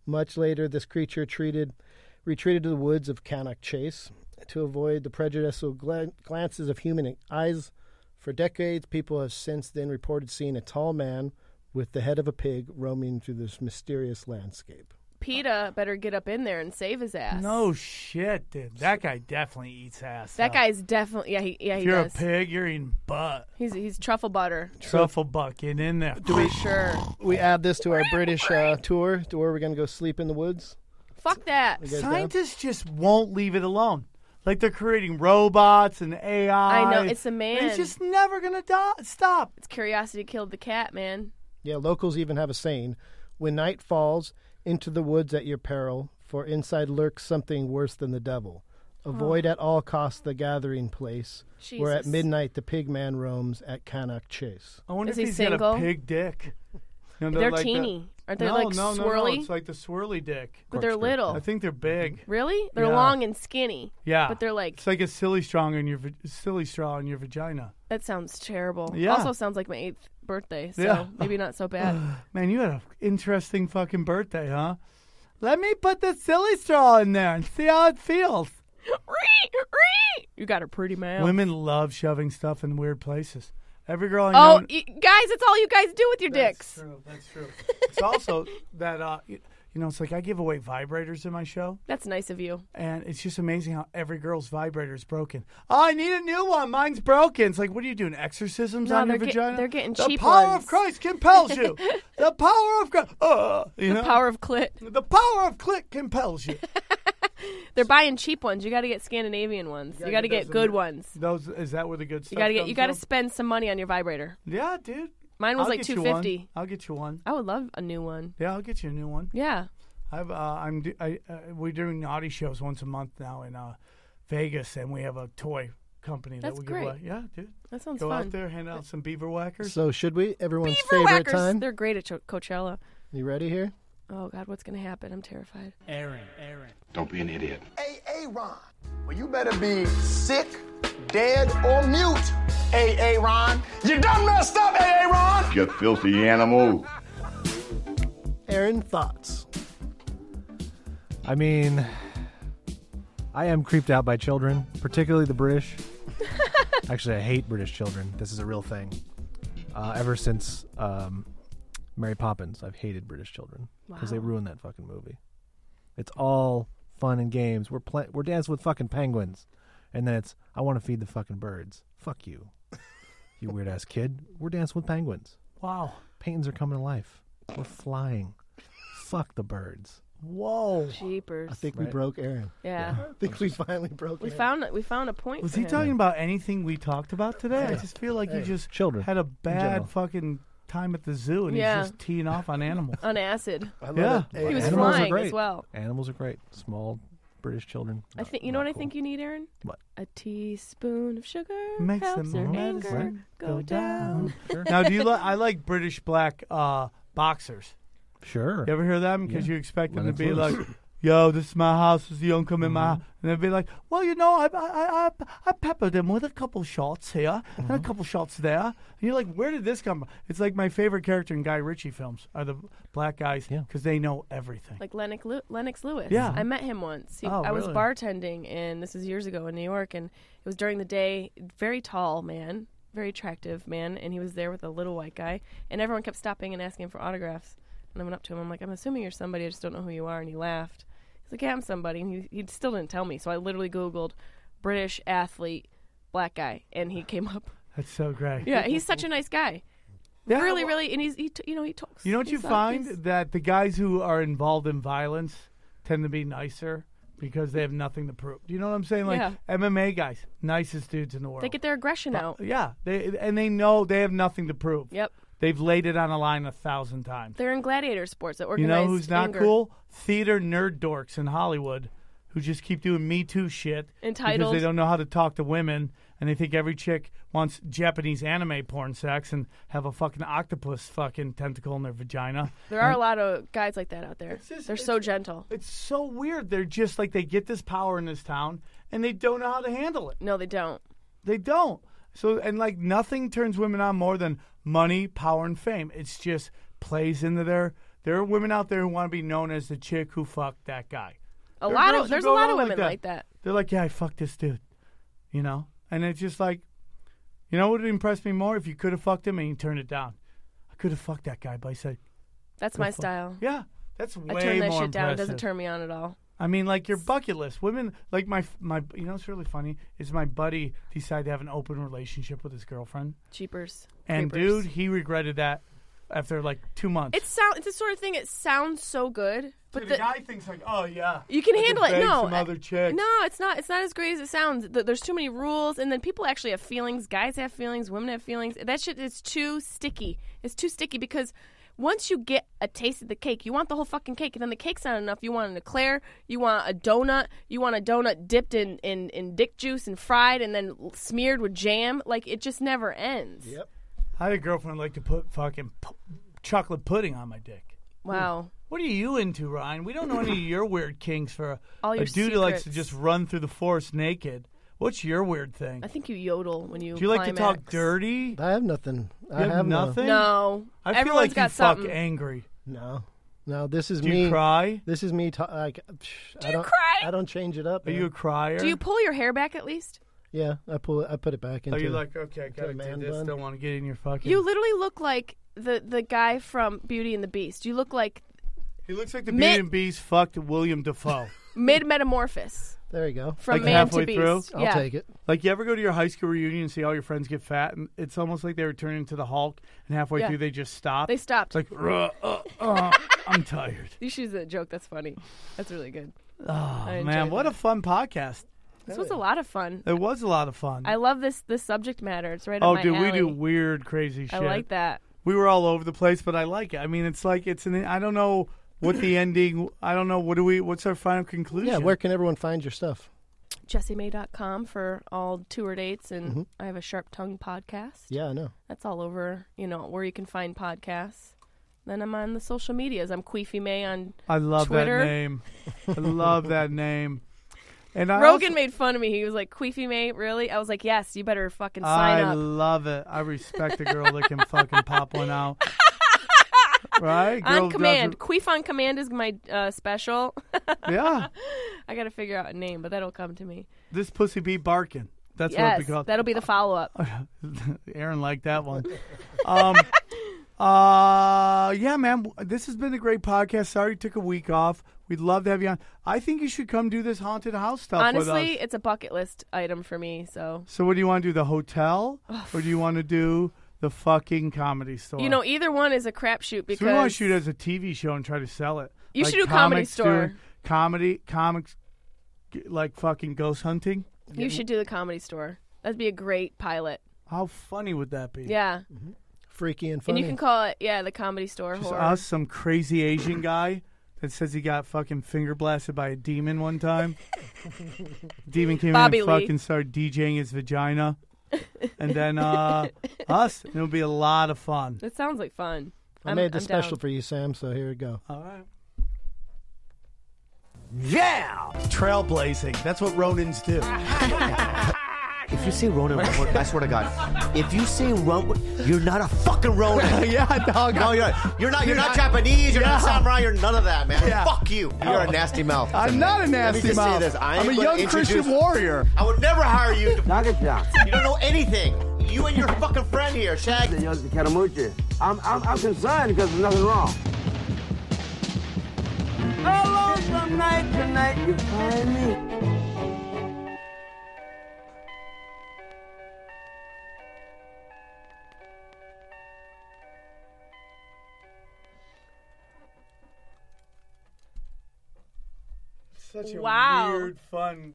S3: Much later, this creature treated, retreated to the woods of Cannock Chase to avoid the prejudicial gla- glances of human eyes. For decades, people have since then reported seeing a tall man with the head of a pig roaming through this mysterious landscape.
S8: PETA better get up in there and save his ass.
S1: No shit, dude. That guy definitely eats ass.
S8: That
S1: though.
S8: guy's definitely, yeah, he, yeah, he
S1: If you're
S8: does.
S1: a pig, you're eating butt.
S8: He's, he's truffle butter.
S1: Truffle butt, get in there.
S8: For sure.
S3: We add this to our British uh, tour, to where we're going to go sleep in the woods.
S8: Fuck that.
S3: guys down?
S1: Scientists just won't leave it alone. Like they're creating robots and AI.
S8: I know, it's a man.
S1: It's just never gonna do- stop.
S8: It's curiosity killed the cat, man.
S3: Yeah, locals even have a saying when night falls, into the woods at your peril, for inside lurks something worse than the devil. Avoid at all costs the gathering place, where at
S8: Jesus.
S3: midnight the pig man roams at Cannock Chase.
S1: I wonder
S8: Is
S1: if
S8: he
S1: he's
S8: single?
S1: got a pig dick. You know,
S8: They're
S1: like the-
S8: teeny. Aren't they
S1: no,
S8: like
S1: no, no, no.
S8: swirly?
S1: It's like the swirly dick.
S8: but they're little.
S1: I think they're big.
S8: Really? They're
S1: Yeah.
S8: long and skinny.
S1: Yeah.
S8: But they're like,
S1: It's like a silly strong in your va- silly straw in your vagina.
S8: that sounds terrible.
S1: Yeah.
S8: Also sounds like my eighth birthday, so
S1: Yeah.
S8: maybe not so bad.
S1: Man, you had an interesting fucking birthday, huh? Let me put the silly straw in there and see how it feels.
S8: you got a pretty mouth.
S1: Women love shoving stuff in weird places. Every girl I
S8: Oh,
S1: know.
S8: y- guys, that's all you guys do with your
S1: That's
S8: dicks.
S1: true. That's true. it's also that uh, y- you know, it's like I give away vibrators in my show,
S8: That's nice of you.
S1: and it's just amazing how every girl's vibrator is broken. Oh, I need a new one. Mine's broken. It's like, what are you doing? Exorcisms
S8: No,
S1: on your
S8: they're get-
S1: vagina?
S8: they're getting
S1: the
S8: cheap
S1: power
S8: ones.
S1: of Christ compels you. the power of Christ. Uh, you know?
S8: Power of clit.
S1: the power of click compels you.
S8: They're buying cheap ones. You got to get Scandinavian ones. You got to get good ones.
S1: Those is that where the good stuff?
S8: You got to get. You got to
S1: From?
S8: spend some money on your vibrator.
S1: Yeah, dude.
S8: Mine was
S1: I'll
S8: like
S1: get you
S8: two
S1: one.
S8: fifty.
S1: I'll get you one.
S8: I would love a new one.
S1: Yeah, I'll get you a new one.
S8: Yeah.
S1: I've uh, I'm do- I, uh, we're doing naughty shows once a month now in uh, Vegas, and we have a toy company
S8: That's
S1: that we
S8: great.
S1: give away. Yeah, dude,
S8: That sounds
S1: go
S8: fun.
S1: out there, hand out some beaver whackers.
S3: So, should we? Everyone's
S8: Beaver
S3: favorite
S8: whackers.
S3: time.
S8: They're great at Cho- Coachella.
S3: You ready here?
S8: Oh God, what's gonna happen? I'm terrified.
S4: Don't be an idiot.
S2: Hey, Aaron. Well, you better be sick, dead, or mute. Hey, Aaron. You done messed up, hey, Aaron.
S4: You filthy animal.
S3: Aaron, thoughts?
S9: I mean, I am creeped out by children, particularly the British. Actually, I hate British children. This is a real thing. Uh, ever since um, Mary Poppins, I've hated British children because they ruined that fucking movie. It's all fun and games. We're playing. We're dancing with fucking penguins, and then it's I want to feed the fucking birds. Fuck you, you weird ass kid. We're dancing with penguins.
S1: Wow,
S9: Paintings are coming to life. We're flying. Fuck the birds.
S1: whoa,
S8: Jeepers.
S3: I think we
S9: Right.
S3: broke Aaron.
S8: yeah.
S3: I think we finally broke
S8: We
S3: Aaron.
S8: found we found a point.
S1: was
S8: for
S1: he
S8: him.
S1: talking about anything we talked about today? I just feel like you just
S9: Children,
S1: had a
S9: general.
S1: bad fucking time at the zoo, and
S8: Yeah.
S1: he's just teeing off on animals.
S8: on acid?
S3: I love
S1: Yeah.
S3: it. Hey,
S8: He was
S9: Animals are
S8: flying
S9: great.
S8: as well.
S9: Animals are great. Small British children.
S8: I think you know what I think you need, Aaron.
S9: What?
S8: A teaspoon of sugar
S1: Makes
S8: helps
S1: the
S8: your
S1: medicine
S8: anger go down.
S9: Sure.
S1: now, do you like? I like British black uh, boxers.
S9: sure.
S1: You ever hear them? Because you expect them to
S9: Lennox
S1: be
S9: Lewis.
S1: like, "Yo, this is my house. This is you don't come in my house," and they'd be like, "Well, you know, I I I, I peppered him with a couple shots here and a couple shots there." And you're like, "Where did this come from?" It's like my favorite character in Guy Ritchie films are the black guys
S9: Yeah.
S1: because they know everything.
S8: Like Lennox, Lew- Lennox Lewis.
S1: Yeah.
S8: I met him once. He,
S1: Oh,
S8: I was
S1: really?
S8: bartending, and this is years ago in New York, and it was during the day. Very tall man, very attractive man, and he was there with a little white guy, and everyone kept stopping and asking for autographs. And I went up to him. I'm like, I'm assuming you're somebody. I just don't know who you are. And he laughed. He's like, Yeah, I'm somebody. And he, he still didn't tell me. So I literally Googled British athlete, black guy, and he came up.
S1: That's so great.
S8: Yeah, he's such a nice guy.
S1: Yeah,
S8: really,
S1: well,
S8: really, and he's he t- you know he talks.
S1: You know what you
S8: he's, uh,
S1: find
S8: he's-
S1: that the guys who are involved in violence tend to be nicer because they have nothing to prove. Do you know what I'm saying? Like
S8: Yeah.
S1: MMA guys, nicest dudes in the world.
S8: They get their aggression out.
S1: yeah, they and they know they have nothing to prove.
S8: Yep.
S1: They've laid it on the line a thousand times.
S8: They're in gladiator sports that
S1: You
S8: organize
S1: know who's not
S8: anger.
S1: cool? Theater nerd dorks in Hollywood who just keep doing Me Too shit because
S8: Entitled.
S1: they don't know how to talk to women and they think every chick wants Japanese anime porn sex and have a fucking octopus fucking tentacle in their vagina.
S8: There are a lot of guys like that out there.
S1: just-
S8: They're
S1: it's-
S8: so gentle.
S1: It's so weird. They're just like they get this power in this town and they don't know how to handle it.
S8: No, they don't.
S1: They don't. So and like nothing turns women on more than money, power, and fame. It's just plays into their. There are women out there who want to be known as the chick who fucked that guy.
S8: A
S1: There are
S8: lot
S1: girls
S8: of
S1: who
S8: there's a
S1: go
S8: lot of
S1: around like
S8: women
S1: that.
S8: like that.
S1: They're like, yeah, I fucked this dude, you know. And it's just like, you know, what would impress me more if you could have fucked him and you turned it down. I could have fucked that guy, but I said,
S8: That's my style.
S1: yeah, that's way
S8: I
S1: more
S8: turn that shit down. It
S1: impressive.
S8: doesn't turn me on at all.
S1: I mean, like your bucket list. Women, like my my, you know, what's really funny is my buddy decided to have an open relationship with his girlfriend,
S8: Cheapers.
S1: and
S8: Creepers.
S1: dude, he regretted that after like two months.
S8: It's sound. It's the sort of thing. It sounds so good, but
S1: the, guy thinks like, oh yeah,
S8: you can
S1: I
S8: handle it.
S1: bang
S8: No,
S1: some other chicks.
S8: no, it's not. It's not as great as it sounds. Th- There's too many rules, and then people actually have feelings. Guys have feelings. Women have feelings. That shit is too sticky. It's too sticky because once you get a taste of the cake, you want the whole fucking cake, and then the cake's not enough. You want an eclair. You want a donut. You want a donut dipped in in, in dick juice and fried, and then smeared with jam. Like it just never ends.
S3: Yep.
S1: I had a girlfriend like to put fucking p- chocolate pudding on my dick.
S8: Wow.
S1: What are you into, Ryan? We don't know any of your weird kinks for a,
S8: All
S1: a
S8: your
S1: dude who likes to
S8: secrets.
S1: just run through the forest naked. What's your weird thing?
S8: I think you yodel when you.
S1: Do you like to
S8: climax.
S1: talk dirty?
S3: I have nothing. I
S1: You
S3: have, no-
S1: nothing.
S8: No.
S1: I feel
S8: Everyone's
S1: like
S8: got
S1: you
S8: something.
S1: fuck angry.
S3: No. No, this is
S1: Do
S3: me.
S1: you cry?
S3: This is me. Ta- I, psh, I
S8: you
S3: don't
S8: cry?
S3: I don't change it up.
S1: Are you a
S3: man.
S1: crier?
S8: Do you pull your hair back at least?
S3: Yeah, I pull it. I put it back into.
S1: Are you like okay, gotta
S3: man
S1: do this?
S3: bun?
S1: Don't want to get in your fucking.
S8: You literally look like the the guy from Beauty and the Beast. You look like
S1: he looks like the
S8: Mitt-
S1: Beauty and Beast fucked William Defoe.
S8: mid metamorphosis
S3: There you go.
S8: from
S1: Like
S8: man
S1: halfway
S8: to beast.
S1: through?
S3: I'll
S8: yeah.
S3: take it.
S1: like you ever go to your high school reunion and see all your friends get fat, and it's almost like they were turning into the Hulk, and halfway
S8: Yeah.
S1: through they just stop.
S8: They stopped.
S1: It's like, "Ruh, uh, uh, I'm tired.
S8: you should use a joke. That's funny. That's really good. Oh
S1: Man, what a fun podcast.
S8: this was a lot of fun.
S1: It was a lot of fun.
S8: I love this this subject matter. It's right
S1: oh,
S8: up my
S1: dude,
S8: alley.
S1: we do weird, crazy shit.
S8: I like that.
S1: We were all over the place, but I like it. I mean, it's like it's an. I don't know what the ending. I don't know what do we. What's our final conclusion?
S3: Yeah. Where can everyone find your stuff?
S8: JessieMay.com for all tour dates, and
S1: Mm-hmm.
S8: I have a Sharp Tongue podcast.
S3: Yeah, I know.
S8: That's all over, you know, where you can find podcasts. Then I'm on the social medias. I'm Queefy May on
S1: I love
S8: Twitter.
S1: that name. I love that name. And I
S8: Rogan
S1: also-
S8: made fun of me. He was like, Queefy May, really? I was like, yes, you better fucking
S1: I
S8: sign up.
S1: love it. I respect a girl that can fucking pop one out. Right? Girl
S8: on
S1: does
S8: command. Queef on command is my uh, special.
S1: it- Yeah.
S8: I got to figure out a name, but that'll come to me.
S1: This pussy be barking. That's what
S8: yes,
S1: we call it.
S8: that'll be the follow up.
S1: Aaron liked that one. Um, uh, yeah, man, w- this has been a great podcast. Sorry you took a week off. We'd love to have you on. I think you should come do this haunted house stuff
S8: Honestly,
S1: with us.
S8: it's a bucket list item for me. So,
S1: So, what do you want to do? The hotel, or do you want to do the fucking comedy store?
S8: you know, either one is a crapshoot because
S1: so we want to shoot it as a TV show and try to sell it.
S8: You should do Comedy
S1: comics
S8: Store.
S1: doing- comedy, comics, g- like fucking ghost hunting.
S8: you should do the comedy store. That'd be a great pilot.
S1: How funny would that be?
S8: Yeah.
S3: Freaky and
S8: And
S3: funny.
S8: you can call it, yeah, the comedy store
S1: Just
S8: horror.
S1: us, some crazy Asian guy that says he got fucking finger blasted by a demon one time. demon came
S8: Bobby
S1: in
S8: Lee.
S1: and fucking started DJing his vagina. And then uh, us, and it'll be a lot of fun.
S8: That sounds like fun.
S3: I
S8: I'm-
S3: made this
S8: I'm
S3: special
S8: down.
S3: for you, Sam. So here we go.
S1: All right.
S10: Yeah!
S1: Trailblazing. That's what Ronins do.
S8: Ah.
S10: If you say Ronan one more, I swear to God, if you say Ronan, you're not a fucking Ronan.
S1: yeah, dog.
S10: No, you're not. You're not. You're not
S1: not-
S10: Japanese. You're not
S1: Yeah.
S10: samurai. You're none of that, man.
S1: Yeah. Oh.
S10: Fuck you. You're a nasty mouth.
S1: I'm not a
S10: Let me
S1: nasty
S10: just
S1: mouth.
S10: Say this. I
S1: I'm
S10: ain't
S1: a
S10: gonna
S1: young
S10: introduce-
S1: Christian warrior.
S10: I would never hire you. To, you don't know anything. You and your fucking friend here, Shag.
S11: I'm, I'm, I'm concerned because there's nothing wrong. Hello, tonight, tonight, you find me.
S1: Such a
S8: Wow.
S1: weird, fun